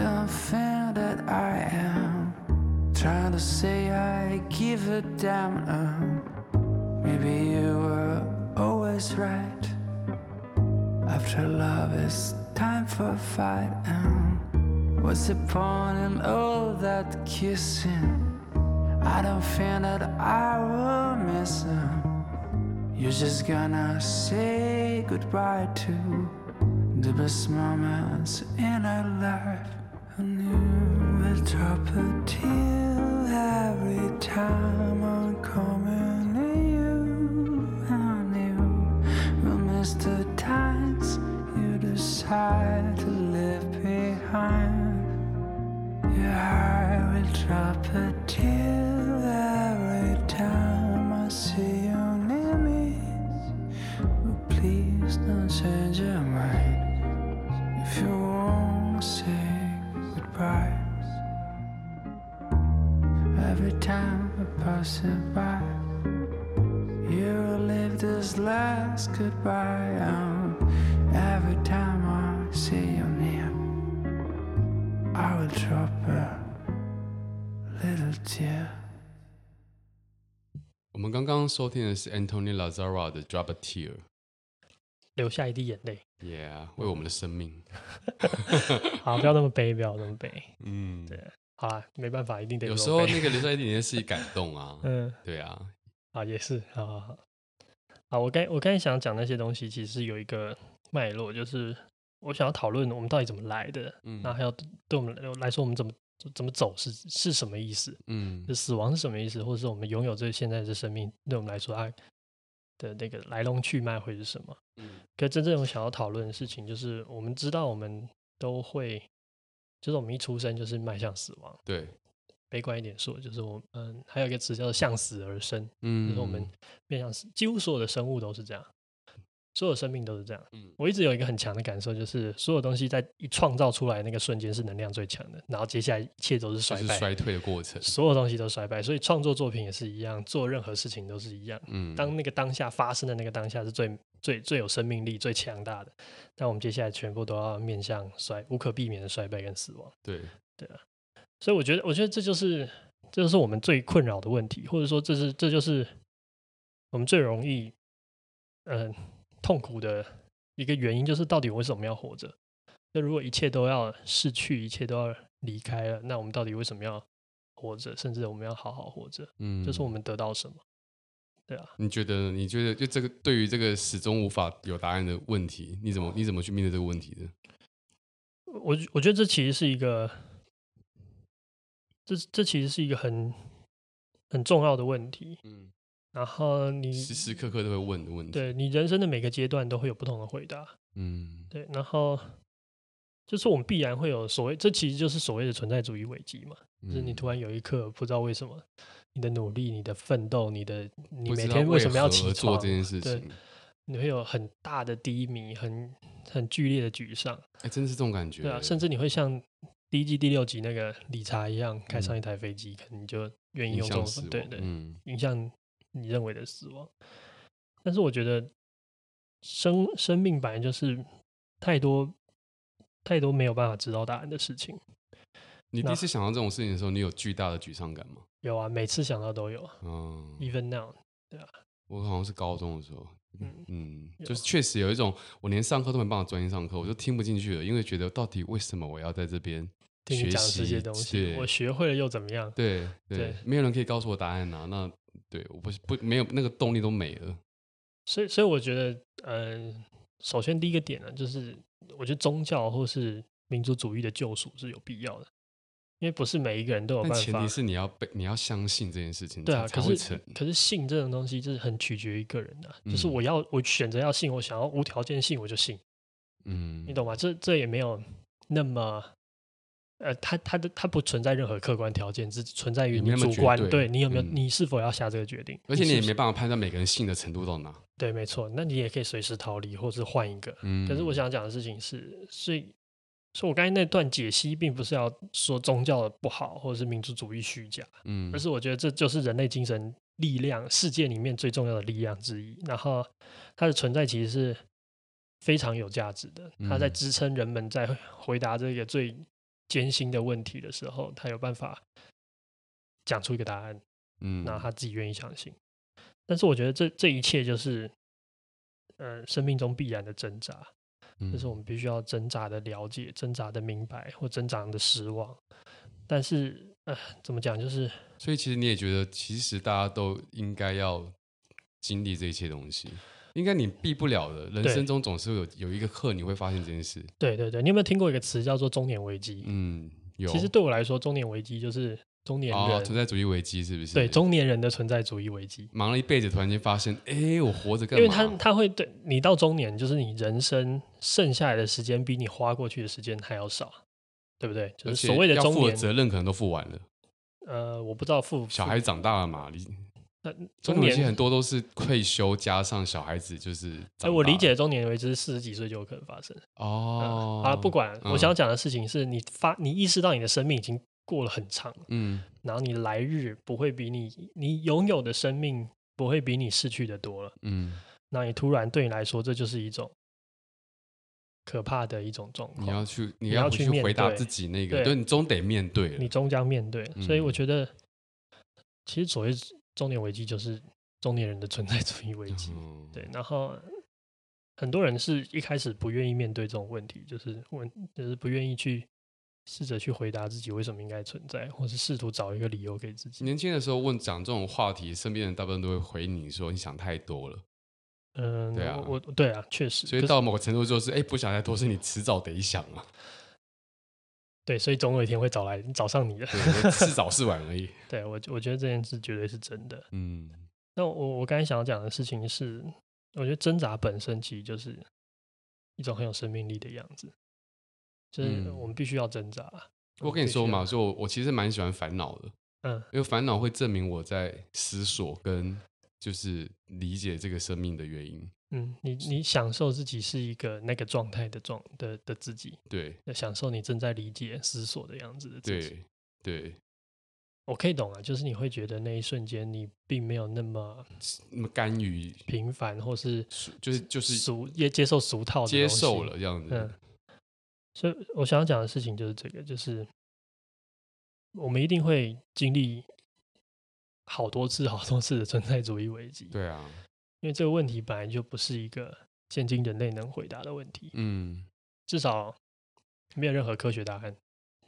D: Don't feel that I am trying to say I give a damn. um, Maybe you were always right. After love, it's time for a fight. And what's the point in all that kissing? I don't feel that I will miss him. You're just gonna say goodbye to the best moments in our life. And you will drop a tear every time I'm coming near you. And you will miss the times you decide to leave behind. Yeah, I will drop a tear every time I see you near me. But please don't change your mind if you won't say goodbye. Every time I pass you by, you will leave this last goodbye. Um, every time I see you near. I will drop a little tear.
B: 我们刚刚收听的是 Anthony Lazara 的《Drop a Tear
A: 流下一滴眼 泪。》
B: ，Yeah，为我们的生命。
A: 好，不要那么悲，不要那么悲。
B: 嗯，
A: 对好啦，没办法，一定得
B: 有
A: 这
B: 时
A: 么
B: 候
A: 悲。
B: 那个留下一点点是感动啊
A: 嗯。
B: 对啊，
A: 啊，也是，好好好，好，我刚我刚才想讲那些东西，其实有一个脉络，就是我想要讨论我们到底怎么来的，
B: 嗯
A: 那还有对我们来说，我们怎么怎么走是是什么意思？
B: 嗯
A: 就死亡是什么意思，或者是我们拥有这现在的生命，对我们来说它的那个来龙去脉会是什么？
B: 嗯
A: 可真正我想要讨论的事情，就是我们知道我们都会，就是我们一出生就是迈向死亡。
B: 对，
A: 悲观一点说，就是我嗯，还有一个词叫做向死而生。
B: 嗯，
A: 就是我们面向是几乎所有的生物都是这样，所有生命都是这样。
B: 嗯
A: 我一直有一个很强的感受，就是所有东西在一创造出来那个瞬间是能量最强的，然后接下来一切都是
B: 就
A: 衰
B: 是
A: 败，
B: 衰退的过程。
A: 所有东西都衰败。所以创作作品也是一样，做任何事情都是一样。
B: 嗯，
A: 当那个当下发生的那个当下是最最最有生命力、最强大的，但我们接下来全部都要面向衰，无可避免的衰败跟死亡。
B: 对，
A: 所以我觉得，我觉得这就是这就是我们最困扰的问题，或者说这是这就是我们最容易嗯、呃痛苦的一个原因，就是到底为什么要活着？就如果一切都要逝去，一切都要离开了，那我们到底为什么要活着？甚至我们要好好活着，
B: 嗯，
A: 就是我们得到什么？对啊，
B: 你觉得你觉得就这个对于这个始终无法有答案的问题，你怎么你怎么去面对这个问题的？
A: 我我觉得这其实是一个，这这其实是一个很很重要的问题。
B: 嗯，
A: 然后你
B: 时时刻刻都会问的问题。，
A: 对你人生的每个阶段都会有不同的回答。
B: 嗯
A: 对，然后就是我们必然会有所谓，这其实就是所谓的存在主义危机嘛，就是你
B: 嗯
A: 突然有一刻不知道为什么，你的努力、你的奋斗、你的你
B: 不
A: 每
B: 知道
A: 天为什么要
B: 何
A: 起
B: 做
A: 床
B: 这，件事
A: 对
B: 情？
A: 你会有很大的低迷、很很剧烈的沮丧，
B: 哎，真的是这种感觉。
A: 对啊，甚至你会像第一季第六集那个理查一样，开上
B: 嗯
A: 一台飞机，可能你就愿意
B: 影
A: 用这种
B: 响死亡。
A: 对对，
B: 嗯
A: 影响你认为的死亡。但是我觉得生生命本来就是太多太多没有办法知道答案的事情。
B: 你第一
A: 那
B: 次想到这种事情的时候，你有巨大的沮丧感吗？
A: 有啊，每次想到都有啊
B: 嗯，
A: ，even now。
B: 我好像是高中的时候，
A: 嗯
B: 嗯，
A: 有
B: 就是确实有一种，我连上课都没办法专心上课，我就听不进去了，因为觉得到底为什么我要在这边
A: 听
B: 学
A: 你讲这
B: 习
A: 些东西，
B: 对
A: 我学会了又怎么样？
B: 对对
A: 对
B: 没有人可以告诉我答案啊。那对我不不没有那个动力都没了。
A: 所以，所以我觉得，嗯、首先第一个点呢，就是我觉得宗教或是民族主义的救赎是有必要的，因为不是每一个人都有
B: 但
A: 办
B: 前
A: 法
B: 提。是你要被你要相信这件事情，
A: 对啊，
B: 才才
A: 可
B: 会
A: 是
B: 成。
A: 可是信这种东西就是很取决于个人的啊、就是
B: 嗯
A: 我要我选择要信，我想要无条件信我就信，
B: 嗯，
A: 你懂吗？这这也没有那么，呃，它它的它不存在任何客观条件，只存在于
B: 也没
A: 你
B: 那么
A: 主
B: 绝
A: 观
B: 对
A: 你有没有、
B: 嗯
A: 你是否要下这个决定，
B: 而且你也
A: 是
B: 没办法判断每个人信的程度到哪。
A: 对，没错，那你也可以随时逃离或是换一个。
B: 嗯，
A: 可是我想讲的事情是，所以。所以，我刚才那段解析并不是要说宗教的不好，或者是民族主义虚假，
B: 嗯，
A: 而是我觉得这就是人类精神力量，世界里面最重要的力量之一。然后它的存在其实是非常有价值的，它在
B: 嗯
A: 支撑人们在回答这个最艰辛的问题的时候，他有办法讲出一个答案，
B: 嗯，
A: 然后他自己愿意相信。但是我觉得这这一切就是，呃，生命中必然的挣扎。
B: 嗯
A: 就是我们必须要挣扎的了解、挣扎的明白或挣扎的失望。但是，呃，怎么讲？就是
B: 所以其实你也觉得，其实大家都应该要经历这些东西，应该你避不了的。人
A: 对
B: 生中总是会有有一个课，你会发现这件事。
A: 对对对，你有没有听过一个词叫做中年危机？
B: 嗯，有。
A: 其实对我来说，中年危机就是中年人、
B: 哦，存在主义危机是不是？
A: 对中年人的存在主义危机，
B: 忙了一辈子，突然间发现，哎，我活着干
A: 因
B: 嘛？
A: 为他他会对你到中年，就是你人生剩下来的时间比你花过去的时间还要少，对不对？就
B: 而
A: 是
B: 且
A: 所谓的
B: 要
A: 中
B: 负的
A: 年，
B: 责任可能都负完了。
A: 呃，我不知道父
B: 小孩长大了嘛，理
A: 呃
B: 中
A: 中
B: 年危机很
A: 年。
B: 多都是退休加上小孩子，就是
A: 哎，
B: 长
A: 我
B: 大
A: 理解
B: 了
A: 的中年危机是四十几岁就有可能发生。
B: 哦
A: 嗯。好了，不管，我
B: 嗯
A: 想要讲的事情是你发，你意识到你的生命已经过了很长了，
B: 嗯
A: 然后你来日不会比你你拥有的生命不会比你逝去的多了。
B: 嗯，
A: 那你突然对你来说，这就是一种可怕的一种状
B: 你要
A: 况，
B: 去，
A: 你
B: 你
A: 要
B: 要回
A: 去
B: 去
A: 面
B: 回答
A: 对
B: 自己那个，
A: 对
B: 对你终得面对了。
A: 你终将面对。所以我
B: 嗯
A: 觉得，其实所谓中年危机，就是中年人的存在主义危机。
B: 嗯
A: 对，然后很多人是一开始不愿意面对这种问题，就是问，就是不愿意去试着去回答自己为什么应该存在，或是试图找一个理由给自己。
B: 年轻的时候问讲这种话题，身边人大部分都会回你说你想太多了。
A: 嗯，
B: 对啊
A: 我我对啊，确实，
B: 所以
A: 可是
B: 到某个程度就是，哎，不想太多是你迟早得想啊，
A: 对，所以总有一天会找来找上你的。
B: 对是早是晚而已。
A: 对我，我觉得这件事绝对是真的。
B: 嗯
A: 那我我刚才想要讲的事情是，我觉得挣扎本身其实就是一种很有生命力的样子，就是
B: 嗯
A: 我们必须要挣扎。
B: 我跟你说嘛，
A: 必须
B: 说我我其实蛮喜欢烦恼的，
A: 要，嗯，
B: 因为烦恼会证明我在思索跟就是理解这个生命的原因。
A: 嗯，你你享受自己是一个那个状态的状的的自己，
B: 对
A: 呃享受你正在理解思索的样子的自己。
B: 对对，
A: 我可以懂啊，就是你会觉得那一瞬间你并没有那么
B: 那么甘于
A: 平凡，或是
B: 就是就是
A: 俗也接受俗套的
B: 接
A: 东西
B: 受了。这样
A: 嗯
B: 子。，
A: 所以我想要讲的事情就是这个，就是我们一定会经历好多次、好多次的存在主义危机，
B: 对啊，
A: 因为这个问题本来就不是一个现今人类能回答的问题。
B: 嗯
A: 至少没有任何科学答案，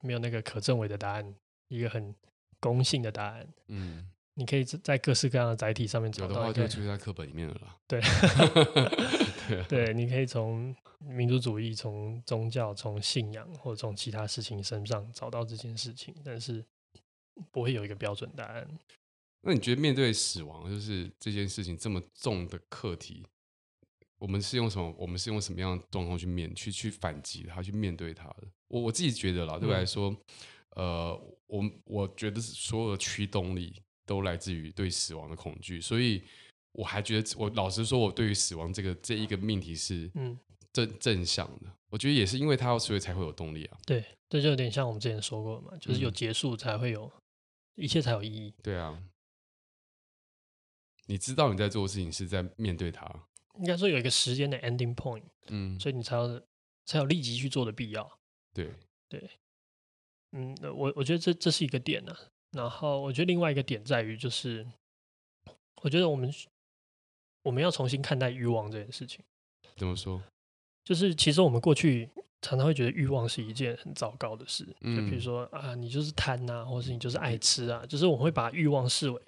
A: 没有那个可证伪的答案，一个很公信的答案。
B: 嗯，
A: 你可以在在各式各样的载体上面找
B: 有的
A: 到
B: 话
A: 一
B: 就
A: 个
B: 会出现在课本里面了 啦。
A: 对
B: 对啊
A: 对，你可以从民族主义、从宗教、从信仰或者从其他事情身上找到这件事情，但是不会有一个标准答案。
B: 那你觉得面对死亡，就是这件事情这么重的课题，我们是用什么？我们是用什么样的状况去面去去反击它，去面对它的？我我自己觉得啦，
A: 嗯
B: 对我来说，呃，我我觉得是所有的驱动力都来自于对死亡的恐惧，所以我还觉得，我老实说，我对于死亡这个这一个命题是
A: 嗯，
B: 正正向的。我觉得也是因为它，所以才会有动力啊。
A: 对，这就有点像我们之前说过的嘛，就是有
B: 嗯
A: 结束才会有、一切才有意义。
B: 对啊，你知道你在做的事情是在面对它。
A: 应该说有一个时间的 ending point，
B: 嗯，
A: 所以你才有才有立即去做的必要。
B: 对。
A: 嗯，呃我我觉得这这是一个点呢、啊然后我觉得另外一个点在于，就是我觉得我们需我们要重新看待欲望这件事情。
B: 怎么说？
A: 就是其实我们过去常常会觉得欲望是一件很糟糕的事，就比
B: 嗯
A: 如说啊，你就是贪呐、或是你就是爱吃啊，就是我们会把欲望视为。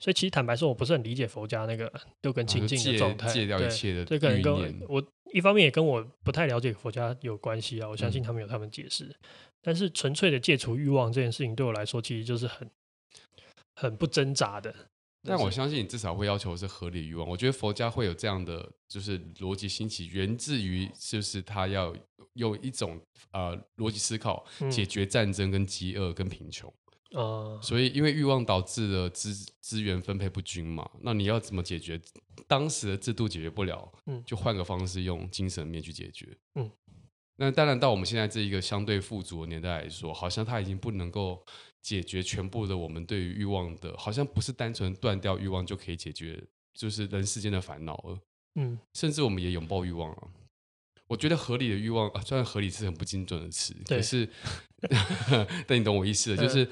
A: 所以其实坦白说，我不是很理解佛家那个六根清
B: 啊就
A: 净的
B: 戒
A: 状态，
B: 戒掉一
A: 对
B: 切的
A: 这可能
B: 欲
A: 跟我
B: 念
A: 我一方面也跟我不太了解佛家有关系啊，我相信
B: 嗯
A: 他们有他们解释。但是纯粹的戒除欲望这件事情对我来说，其实就是很很不挣扎的。
B: 但
A: 是
B: 我相信你至少会要求是合理欲望。我觉得佛家会有这样的就是逻辑兴起，源自于就是他要用一种呃逻辑思考
A: 嗯
B: 解决战争、跟饥饿、跟贫穷。
A: 呃，
B: 所以因为欲望导致了资资源分配不均嘛，那你要怎么解决？当时的制度解决不了，
A: 嗯
B: 就换个方式用精神面去解决。
A: 嗯，
B: 那当然到我们现在这一个相对富足的年代来说，好像它已经不能够解决全部的我们对于欲望的，好像不是单纯断掉欲望就可以解决，就是人世间的烦恼了。
A: 嗯，
B: 甚至我们也拥抱欲望啊。我觉得合理的欲望，啊、虽然合理是很不精准的词，
A: 对嗯
B: 可是，但你懂我意思的，就是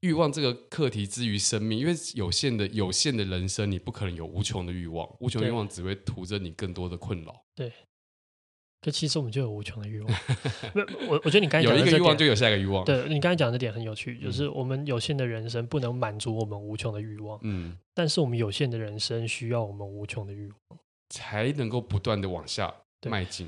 B: 欲望这个课题之于生命，因为有限的有限的人生，你不可能有无穷的欲望，无穷的欲望只会徒增你更多的困扰。
A: 可其实我们就有无穷的 欲望。没有，我我觉得你刚才
B: 有
A: 讲
B: 一
A: 的
B: 个
A: 这
B: 欲望
A: 点
B: 就有下一个欲望，，
A: 对你刚才讲的点很有趣，
B: 嗯
A: 就是我们有限的人生不能满足我们无穷的欲望，
B: 嗯，
A: 但是我们有限的人生需要我们无穷的欲望。
B: 才能够不断的往下
A: 对
B: 迈进。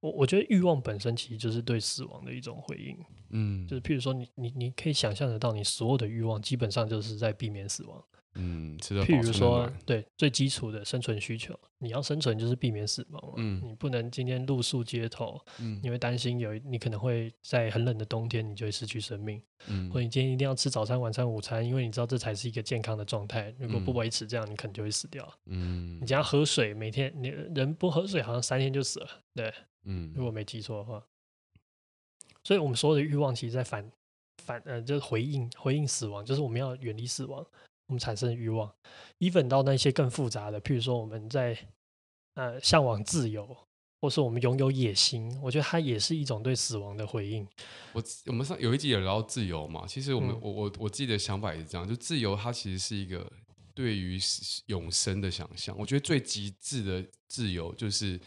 A: 我我觉得欲望本身其实就是对死亡的一种回应，
B: 嗯，
A: 就是譬如说你你你可以想象得到，你所有的欲望基本上就是在避免死亡。
B: 嗯，吃得饱
A: 譬如
B: 穿得
A: 说
B: 暖，
A: 对最基础的生存需求，你要生存就是避免死亡嘛，
B: 嗯
A: 你不能今天露宿街头，
B: 嗯
A: 你会担心有一你可能会在很冷的冬天你就会失去生命。
B: 嗯
A: 或者你今天一定要吃早餐、晚餐、午餐，因为你知道这才是一个健康的状态。如果不
B: 嗯
A: 维持这样，你可能就会死掉。
B: 嗯
A: 你只要喝水，每天你人不喝水，好像三天就死了，如
B: 嗯
A: 果没记错的话。所以，我们所有的欲望其实在反反呃，就是回应回应死亡，就是我们要远离死亡，我们产生的欲望。even 到那些更复杂的，譬如说我们在呃向往自由，或是我们拥有野心，我觉得它也是一种对死亡的回应。
B: 我我们上有一集有聊到自由嘛，其实我们、
A: 嗯
B: 我我我自己的想法也是这样，就自由它其实是一个对于永生的想象。我觉得最极致的自由就是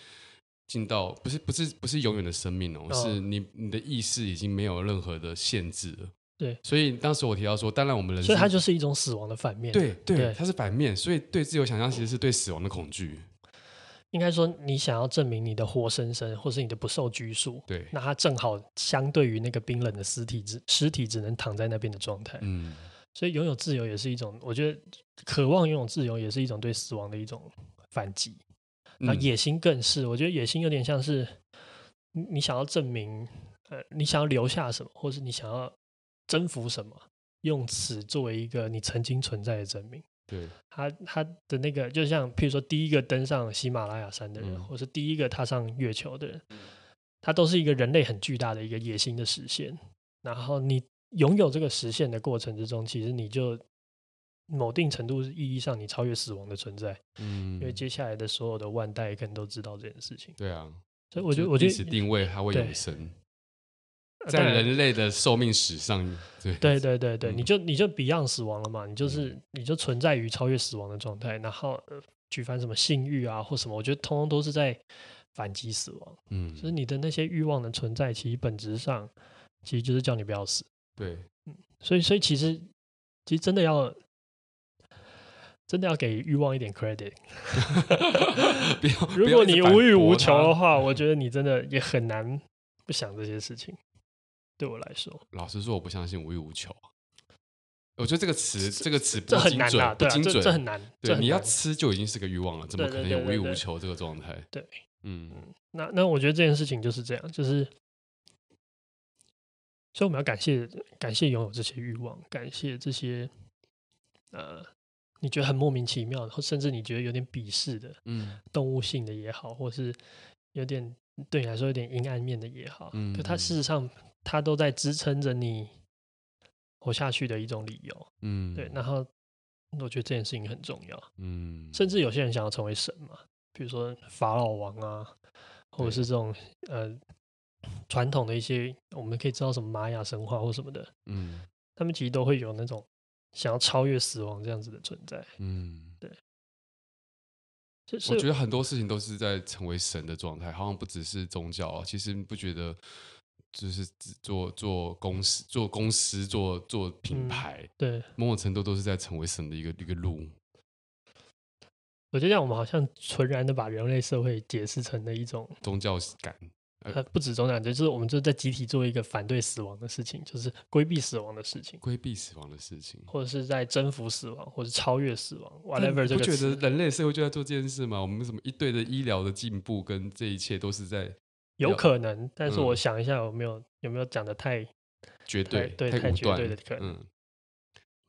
B: 进到不是不是不是永远的生命哦，
A: 哦
B: 是你你的意识已经没有任何的限制了。
A: 对
B: 所以当时我提到说，当然我们人生，
A: 所以，它就是一种死亡的反面。
B: 对对
A: 对
B: 它是反面，所以对自由想象其实是对死亡的恐惧。
A: 应该说，你想要证明你的活生生，或是你的不受拘束，
B: 对，
A: 那它正好相对于那个冰冷的尸体只尸体只能躺在那边的状态。
B: 嗯
A: 所以拥有自由也是一种，我觉得渴望拥有自由也是一种对死亡的一种反击。那、
B: 嗯
A: 野心更是，我觉得野心有点像是你你想要证明，呃，你想要留下什么，或是你想要征服什么，用此作为一个你曾经存在的证明。
B: 对，
A: 他他的那个，就像譬如说，第一个登上喜马拉雅山的人，
B: 嗯
A: 或是第一个踏上月球的人，他都是一个人类很巨大的一个野心的实现。然后你拥有这个实现的过程之中，其实你就某定程度意义上，你超越死亡的存在，
B: 嗯
A: 因为接下来的所有的万代可能都知道这件事情。
B: 对啊，
A: 所以我觉得，
B: 就
A: 我觉
B: 历史
A: 得
B: 定位它会
A: 对
B: 永生。
A: 呃
B: 在
A: 当然
B: 人类的寿命史上，对
A: 对对对对，你
B: 嗯
A: 就你就 Beyond 死亡了嘛，你就是、你就存在于超越死亡的状态，然后、呃、举凡什么性欲啊或什么，我觉得通通都是在反击死亡，
B: 嗯，
A: 就是你的那些欲望的存在，其实本质上其实就是叫你不要死。
B: 对，
A: 所以，所以其实其实真的要真的要给欲望一点 credit。
B: 不要。
A: 如
B: 不要
A: 果
B: 一直
A: 你
B: 反
A: 无欲
B: 驳
A: 无
B: 他嗯
A: 求的，话，我觉得你真的也很难不想这些事情。对我来说，
B: 老实说，我不相信无欲无求。我觉得这个词，这个词不
A: 这很
B: 精
A: 难
B: 准
A: 啊，
B: 不
A: 对啊，
B: 精
A: 这
B: 准，
A: 这很难，这
B: 对，
A: 很
B: 你要
A: 难
B: 吃就已经是个欲望了，怎么
A: 对对
B: 可能有
A: 对
B: 无欲
A: 对
B: 无
A: 对
B: 求这个状态？
A: 对，
B: 嗯，
A: 那那我觉得这件事情就是这样，就是，所以我们要感谢感谢拥有这些欲望，感谢这些呃，你觉得很莫名其妙的，或甚至你觉得有点鄙视的
B: 嗯，
A: 动物性的也好，或是有点对你来说有点阴暗面的也好，可它
B: 嗯
A: 事实上它都在支撑着你活下去的一种理由。
B: 嗯，
A: 对，然后我觉得这件事情很重要。
B: 嗯，
A: 甚至有些人想要成为神嘛，比如说法老王啊，或者
B: 对
A: 是这种呃传统的一些，我们可以知道什么玛雅神话或什么的，
B: 嗯
A: 他们其实都会有那种想要超越死亡这样子的存在。
B: 嗯，
A: 就是
B: 我觉得很多事情都是在成为神的状态，好像不只是宗教啊。其实你不觉得，就是只做做公司、做公司、做做品
A: 嗯
B: 牌，
A: 对，
B: 某种程度都是在成为神的一个一个路。
A: 我觉得这样我们好像纯然的把人类社会解释成了一种，
B: 宗教感，呃
A: 呃，不止宗教，就是我们就在集体做一个反对死亡的事情，就是规避死亡的事情。
B: 规避死亡的事情。
A: 或者是在征服死亡，或者超越死亡
B: 但
A: ，whatever
B: 你
A: 这
B: 不
A: 个
B: 觉
A: 词
B: 得人类社会就在做这件事吗？我们什么一堆的医疗的进步跟这一切都是在
A: 有
B: 要
A: 可能，但是我
B: 嗯
A: 想一下有没有有没有讲的太
B: 绝对
A: 对
B: 太
A: 太
B: 武
A: 绝
B: 断
A: 对
B: 了
A: 的可能
B: 嗯，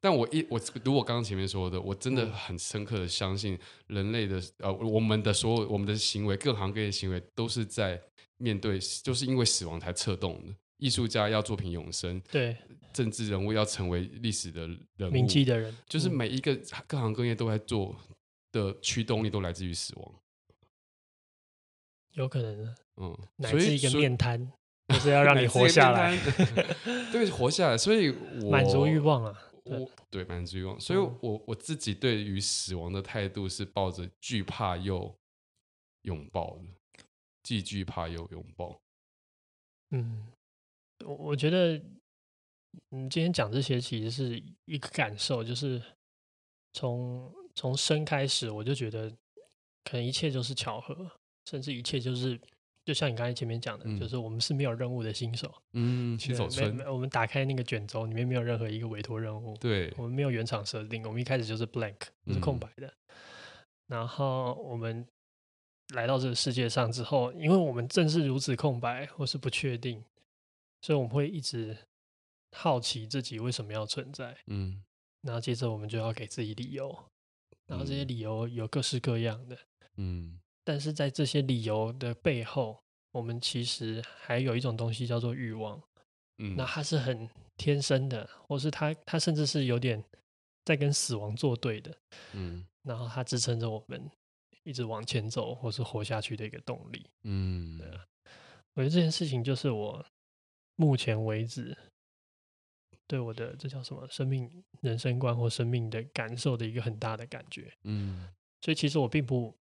B: 但我一我如我刚刚前面说的，我真
A: 嗯
B: 的很深刻的相信人类的呃，我们的所有我们的行为，各行各业的行为都是在面对，就是因为死亡才策动的。艺术家要作品永生，
A: 对
B: 政治人物要成为历史的人
A: 铭
B: 物，
A: 记的人，
B: 就是
A: 嗯
B: 每一个各行各业都在做的驱动力都来自于死亡。
A: 有可能的
B: 嗯，
A: 乃
B: 所
A: 至
B: 以
A: 一个
B: 所以
A: 面 瘫，就是要让你活下来，
B: 乃至一个面瘫，对，活下来。所以我
A: 满足欲望啊。对
B: 我对满足欲望，所以
A: 嗯
B: 我我自己对于死亡的态度是抱着惧怕又拥抱的，既惧怕又拥抱。
A: 嗯，我我觉得，嗯，今天讲这些其实是一个感受，就是从从生开始，我就觉得可能一切就是巧合，甚至一切就是。就像你刚才前面讲的，
B: 嗯
A: 就是我们是没有任务的新手，
B: 嗯，新
A: 对
B: 手
A: 没
B: 村
A: 没，我们打开那个卷轴，里面没有任何一个委托任务，
B: 对
A: 我们没有原厂设定，我们一开始就是 blank，就是空
B: 嗯
A: 白的。然后我们来到这个世界上之后，因为我们正是如此空白或是不确定，所以我们会一直好奇自己为什么要存在。
B: 嗯
A: 然后接着我们就要给自己理由，然后这些
B: 嗯
A: 理由有各式各样的，
B: 嗯
A: 但是在这些理由的背后，我们其实还有一种东西叫做欲望。
B: 嗯，
A: 那它是很天生的，或是它它甚至是有点在跟死亡作对的，
B: 嗯
A: 然后它支撑着我们一直往前走，或是活下去的一个动力。
B: 嗯
A: 对啊我觉得这件事情就是我目前为止对我的这叫什么生命、人生观或生命的感受的一个很大的感觉。
B: 嗯
A: 所以其实我并不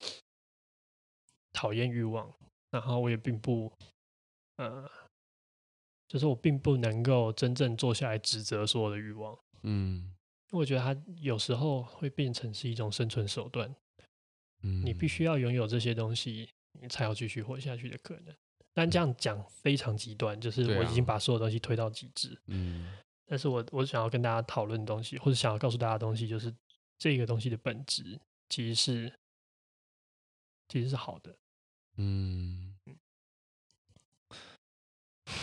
A: 讨厌欲望，然后我也并不呃，就是我并不能够真正坐下来指责所有的欲望。
B: 嗯
A: 我觉得它有时候会变成是一种生存手段，
B: 嗯，
A: 你必须要拥有这些东西，你才有继续活下去的可能。但这样讲非常极端，就是
B: 对
A: 我
B: 啊
A: 已经把所有东西推到极致。
B: 嗯
A: 但是我我想要跟大家讨论的东西，或者想要告诉大家的东西，就是这个东西的本质其实是其实是好的。
B: 嗯。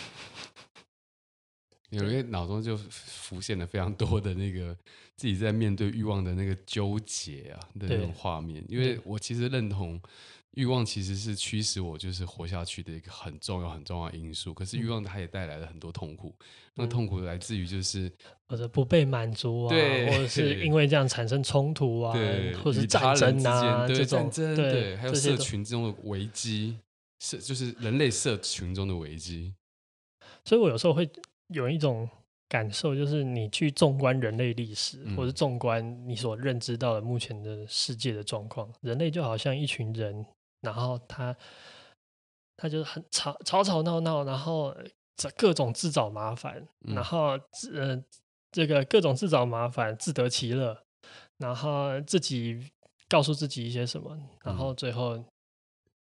B: 有一个脑中就浮现了非常多的那个自己在面对欲望的那个纠结啊的那
A: 对
B: 种画面，因为
A: 对
B: 我其实认同欲望其实是驱使我就是活下去的一个很重要很重要的因素，可是欲望它也带来了很多痛苦，那
A: 嗯
B: 痛苦来自于就是
A: 或者不被满足啊，或
B: 对
A: 者是因为这样产生冲突啊
B: 对，，
A: 或者
B: 与
A: 是
B: 他
A: 战
B: 人
A: 争
B: 之
A: 啊，
B: 间
A: 这
B: 对
A: 种
B: 战争
A: 对，
B: 还有
A: 这些
B: 社
A: 都
B: 群中的危机，社就是人类社群中的危机，
A: 所以我有时候会有一种感受，就是你去纵观人类历史，
B: 嗯
A: 或是纵观你所认知到的目前的世界的状况，人类就好像一群人，然后他他就是很吵吵吵闹闹，然后呃这各种自找麻烦，
B: 嗯
A: 然后自呃这个各种自找麻烦，自得其乐，然后自己告诉自己一些什么，然后最后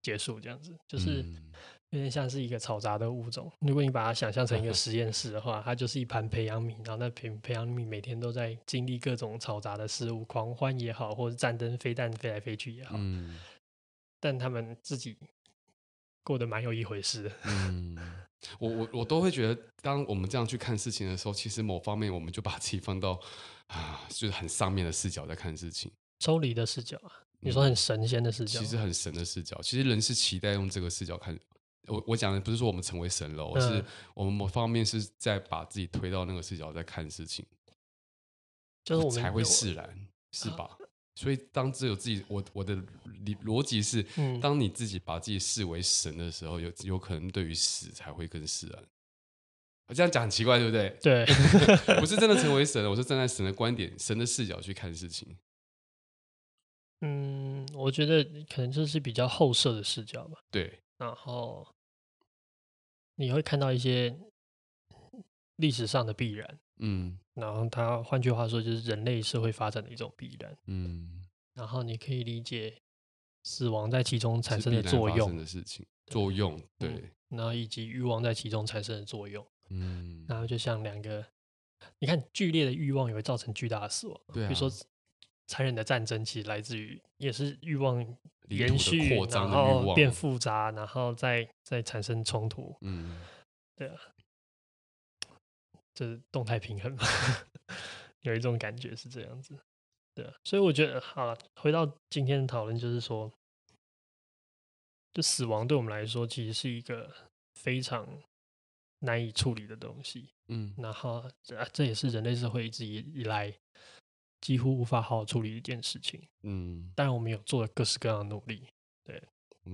A: 结束这样子，就是
B: 嗯
A: 有点像是一个嘈杂的物种。如果你把它想象
B: 嗯
A: 成一个实验室的话，它就是一盘培养皿，然后那培培养皿每天都在经历各种嘈杂的事物，狂欢也好，或者战争、飞弹飞来飞去也好，
B: 嗯
A: 但他们自己过得蛮有一回事的。
B: 嗯，我我我都会觉得，当我们这样去看事情的时候，其实某方面我们就把自己放到啊，就是很上面的视角在看事情，
A: 抽离的视角啊，你说很神仙的视角，
B: 嗯其实很神的视角。其实人是期待用这个视角看。我我讲的不是说我们成为神了，我是
A: 嗯
B: 我们某方面是在把自己推到那个视角在看事情，
A: 就是我们
B: 才会
A: 有啊
B: 释然，是吧？所以当只有自己，我我的理逻辑是，
A: 嗯
B: 当你自己把自己视为神的时候，有有可能对于死才会更释然。我这样讲很奇怪，对不对？
A: 对
B: 不是真的成为神了，我是站在神的观点、神的视角去看事情。
A: 嗯，我觉得可能这是比较后设的视角吧。
B: 对，
A: 然后你会看到一些历史上的必然，
B: 嗯
A: 然后它换句话说就是人类社会发展的一种必然，
B: 嗯，
A: 然后你可以理解死亡在其中产
B: 是
A: 生的
B: 必然
A: 作
B: 发生
A: 用，嗯
B: 的事情，作用，对，
A: 然后以及欲望在其中产生的作用，
B: 嗯，
A: 然后就像两个，你看剧烈的欲望也会造成巨大的死亡，
B: 对啊
A: 比如说残忍的战争其实来自于也是欲望
B: 离
A: 延
B: 土的
A: 续，
B: 扩张
A: 然
B: 的欲
A: 后
B: 望，
A: 变复杂，然后再再产生冲突，
B: 嗯，
A: 这是动态平衡嘛， 有一种感觉是这样子。对啊，所以我觉得好了，回到今天的讨论，就是说，就死亡对我们来说其实是一个非常难以处理的东西。
B: 嗯
A: 然后这、啊、这也是人类社会一直以以来几乎无法好好处理的一件事情。
B: 嗯，
A: 当然，我们有做了各式各样的努力，
B: 我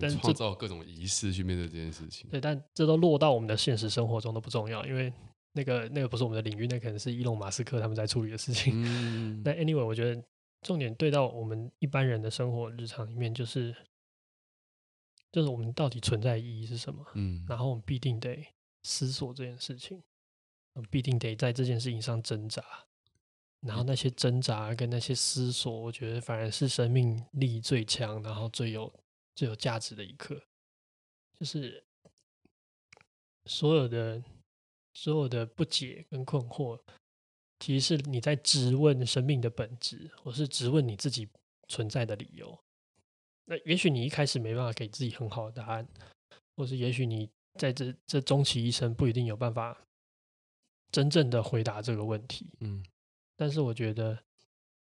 A: 但
B: 们
A: 是
B: 创
A: 这
B: 造各种仪式去面对这件事情。
A: 对，但这都落到我们的现实生活中都不重要，因为那个那个不是我们的领域，那可能是伊隆马斯克他们在处理的事情。
B: 嗯，
A: 但 anyway，我觉得重点对到我们一般人的生活日常里面，就是就是我们到底存在的意义是什么，
B: 嗯
A: 然后我们必定得思索这件事情，我们必定得在这件事情上挣扎，然后那些挣扎跟那些思索，我觉得反而是生命力最强，然后最有最有价值的一刻，就是所有的所有的不解跟困惑，其实是你在质问生命的本质，或是质问你自己存在的理由。那也许你一开始没办法给自己很好的答案，或是也许你在这这终其一生不一定有办法真正的回答这个问题。
B: 嗯
A: 但是我觉得，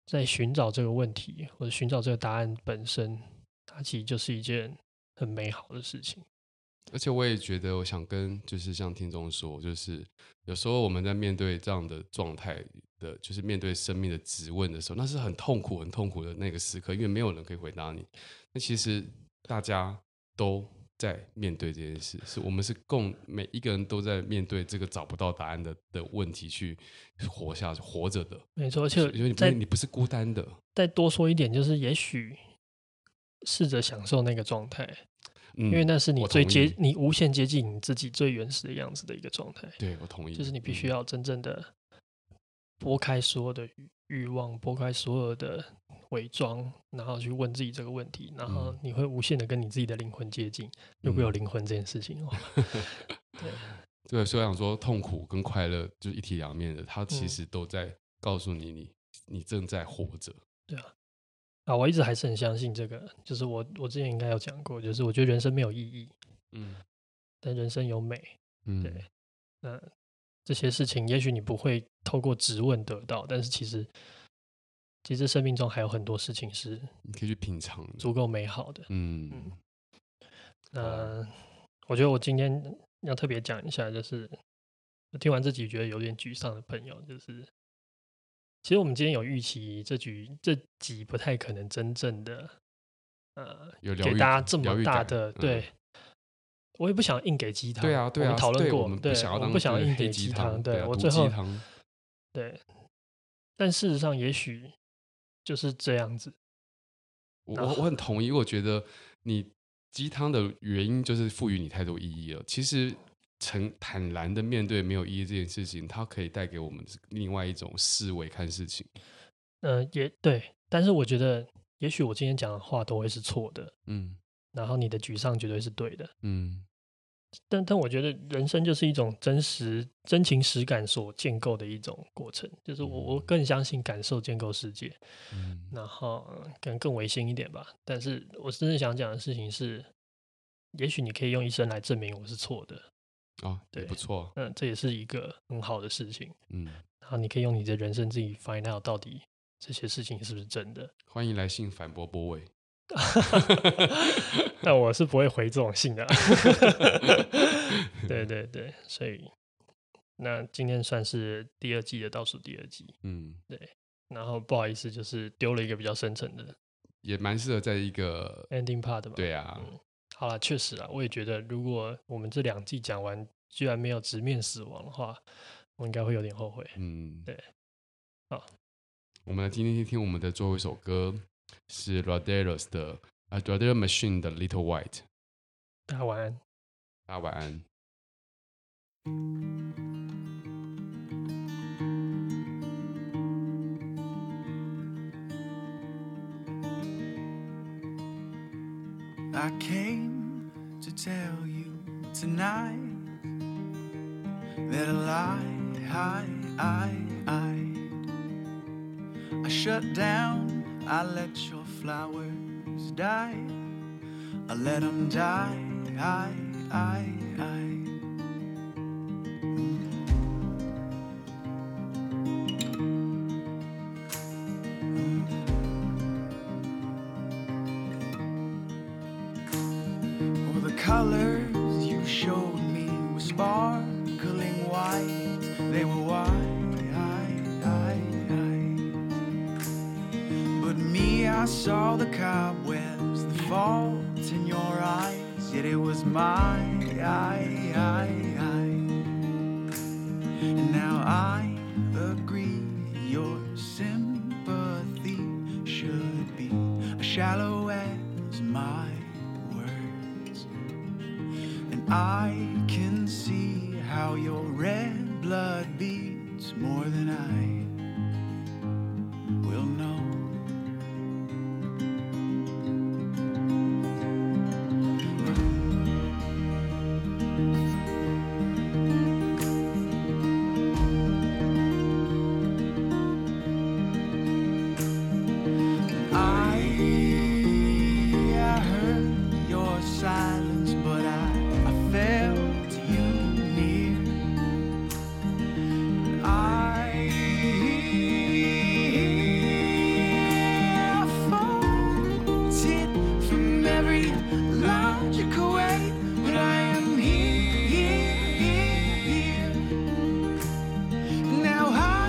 A: 在寻找这个问题或者寻找这个答案本身，它其实就是一件很美好的事情。
B: 而且我也觉得，我想跟就是像听众说，就是有时候我们在面对这样的状态的，就是面对生命的质问的时候，那是很痛苦、很痛苦的那个时刻，因为没有人可以回答你。那其实大家都在面对这件事，是我们是共每一个人都在面对这个找不到答案的的问题去活下去、活着的。
A: 没错，而且
B: 所以你不
A: 在
B: 是你不是孤单的，
A: 再多说一点，就是也许试着享受那个状态，
B: 嗯，
A: 因为那是你
B: 我
A: 最
B: 同意
A: 接你无限接近你自己最原始的样子的一个状态。
B: 对我同意，
A: 就是你必
B: 嗯
A: 须要真正的拨开所有的欲欲望，拨开所有的伪装，然后去问自己这个问题，然后
B: 嗯
A: 你会无限的跟你自己的灵魂接近。如果有
B: 嗯
A: 灵魂这件事情哦，
B: 对，所以我想说，痛苦跟快乐就是一体两面的，它其
A: 嗯
B: 实都在告诉你，你你正在活着。
A: 啊，我一直还是很相信这个，就是我我之前应该有讲过，就是我觉得人生没有意义，
B: 嗯
A: 但人生有美。
B: 嗯，
A: 对那这些事情，也许你不会透过质问得到，但是其实其实生命中还有很多事情是
B: 你可以去品尝的。
A: 足够美好的。
B: 嗯啊
A: 嗯呃，我觉得我今天要特别讲一下，就是我听完这集觉得有点沮丧的朋友，就是其实我们今天有预期这局这集不太可能真正的呃
B: 有疗
A: 给
B: 愈
A: 大家
B: 感
A: 这
B: 疗
A: 么
B: 愈
A: 大
B: 感
A: 的、
B: 嗯
A: 对。我也不想硬给鸡汤，
B: 对啊，对
A: 我
B: 啊，
A: 们讨论
B: 对
A: 过，
B: 我们
A: 对
B: 不想要
A: 我们
B: 当
A: 不想
B: 对
A: 硬
B: 黑
A: 给
B: 鸡
A: 鸡汤，
B: 对啊
A: 我
B: 毒
A: 最
B: 鸡
A: 后
B: 汤
A: 对，但事实上也许就是这样子，
B: 我
A: 然
B: 我
A: 后
B: 我很同意，我觉得你鸡汤的原因就是赋予你太多意义了。其实诚坦然的面对没有意义这件事情，它可以带给我们另外一种思维看事情。
A: 嗯、也对，但是我觉得，也许我今天讲的话都会是错的，
B: 嗯
A: 然后你的沮丧绝对是对的。
B: 嗯
A: 但但我觉得人生就是一种真实、真情实感所建构的一种过程，就是我我更相信感受建构世界，
B: 嗯
A: 然后呃可能更唯心一点吧。但是我真正想讲的事情是，也许你可以用一生来证明我是错的，
B: 哦，也
A: 对
B: 不错。
A: 嗯，这也是一个很好的事情。
B: 嗯，
A: 然后你可以用你的人生自己 find out 到底这些事情是不是真的。
B: 欢迎来信反驳 波伟。
A: 但我是不会回这种信的啊。对对对，所以那今天算是第二季的倒数第二集，
B: 嗯，
A: 然后不好意思，就是丢了一个比较深层的
B: 也蛮适合在一个
A: ending part 嘛。
B: 对啊，
A: 好了，确实啊，我也觉得，如果我们这两季讲完，居然没有直面死亡的话，我应该会有点后悔。
B: 嗯，
A: 对。好，
B: 我们来今天听我们的最后一首歌是 Roderos 的啊 r o d e r Machine 的 Little White。
A: 大家晚安。
B: 大家晚安。
D: I came to tell you tonight that a lie I, I, I, I shut down, I let your flowers die, I let 'em die, I, I, I. All the colors you showed me were sparkling white. They were white, But me, I saw the cobwebs, the faults in your eyes. Yet it was my eye, eye, eye. And now I agree your sympathy should be as shallow as my words. And I can see how your red blood beats more than I will know. I I heard your silence, but I, I felt you near. I faulted from every logical way, but I am here. here. Now I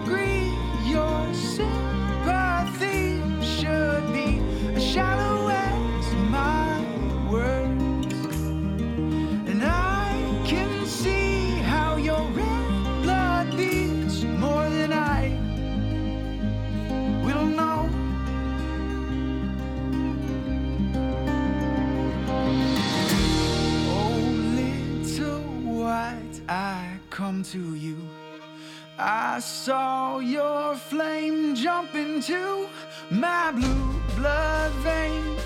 D: agree your sympathy should be as shallow as my words. And I can see how your red blood beats more than I will know. Oh, little white, I come to you. I saw your flame jump into my blue blood veins.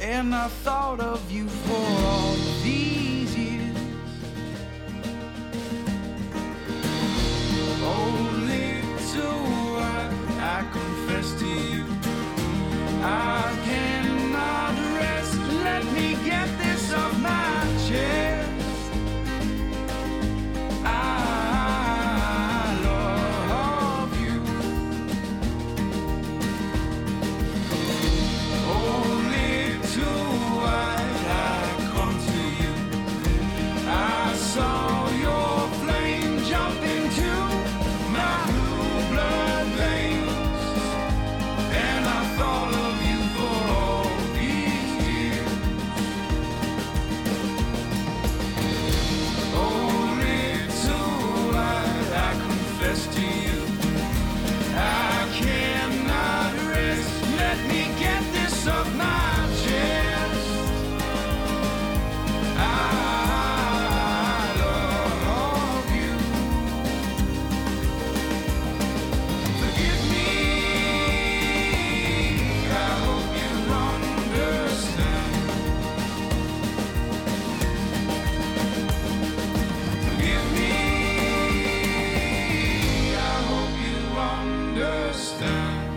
D: And I thought of you for all these years. Oh, little white, I confess to you. I cannot rest. Let me get this off my chest. I love you. Only too wide I come to you.
E: understand.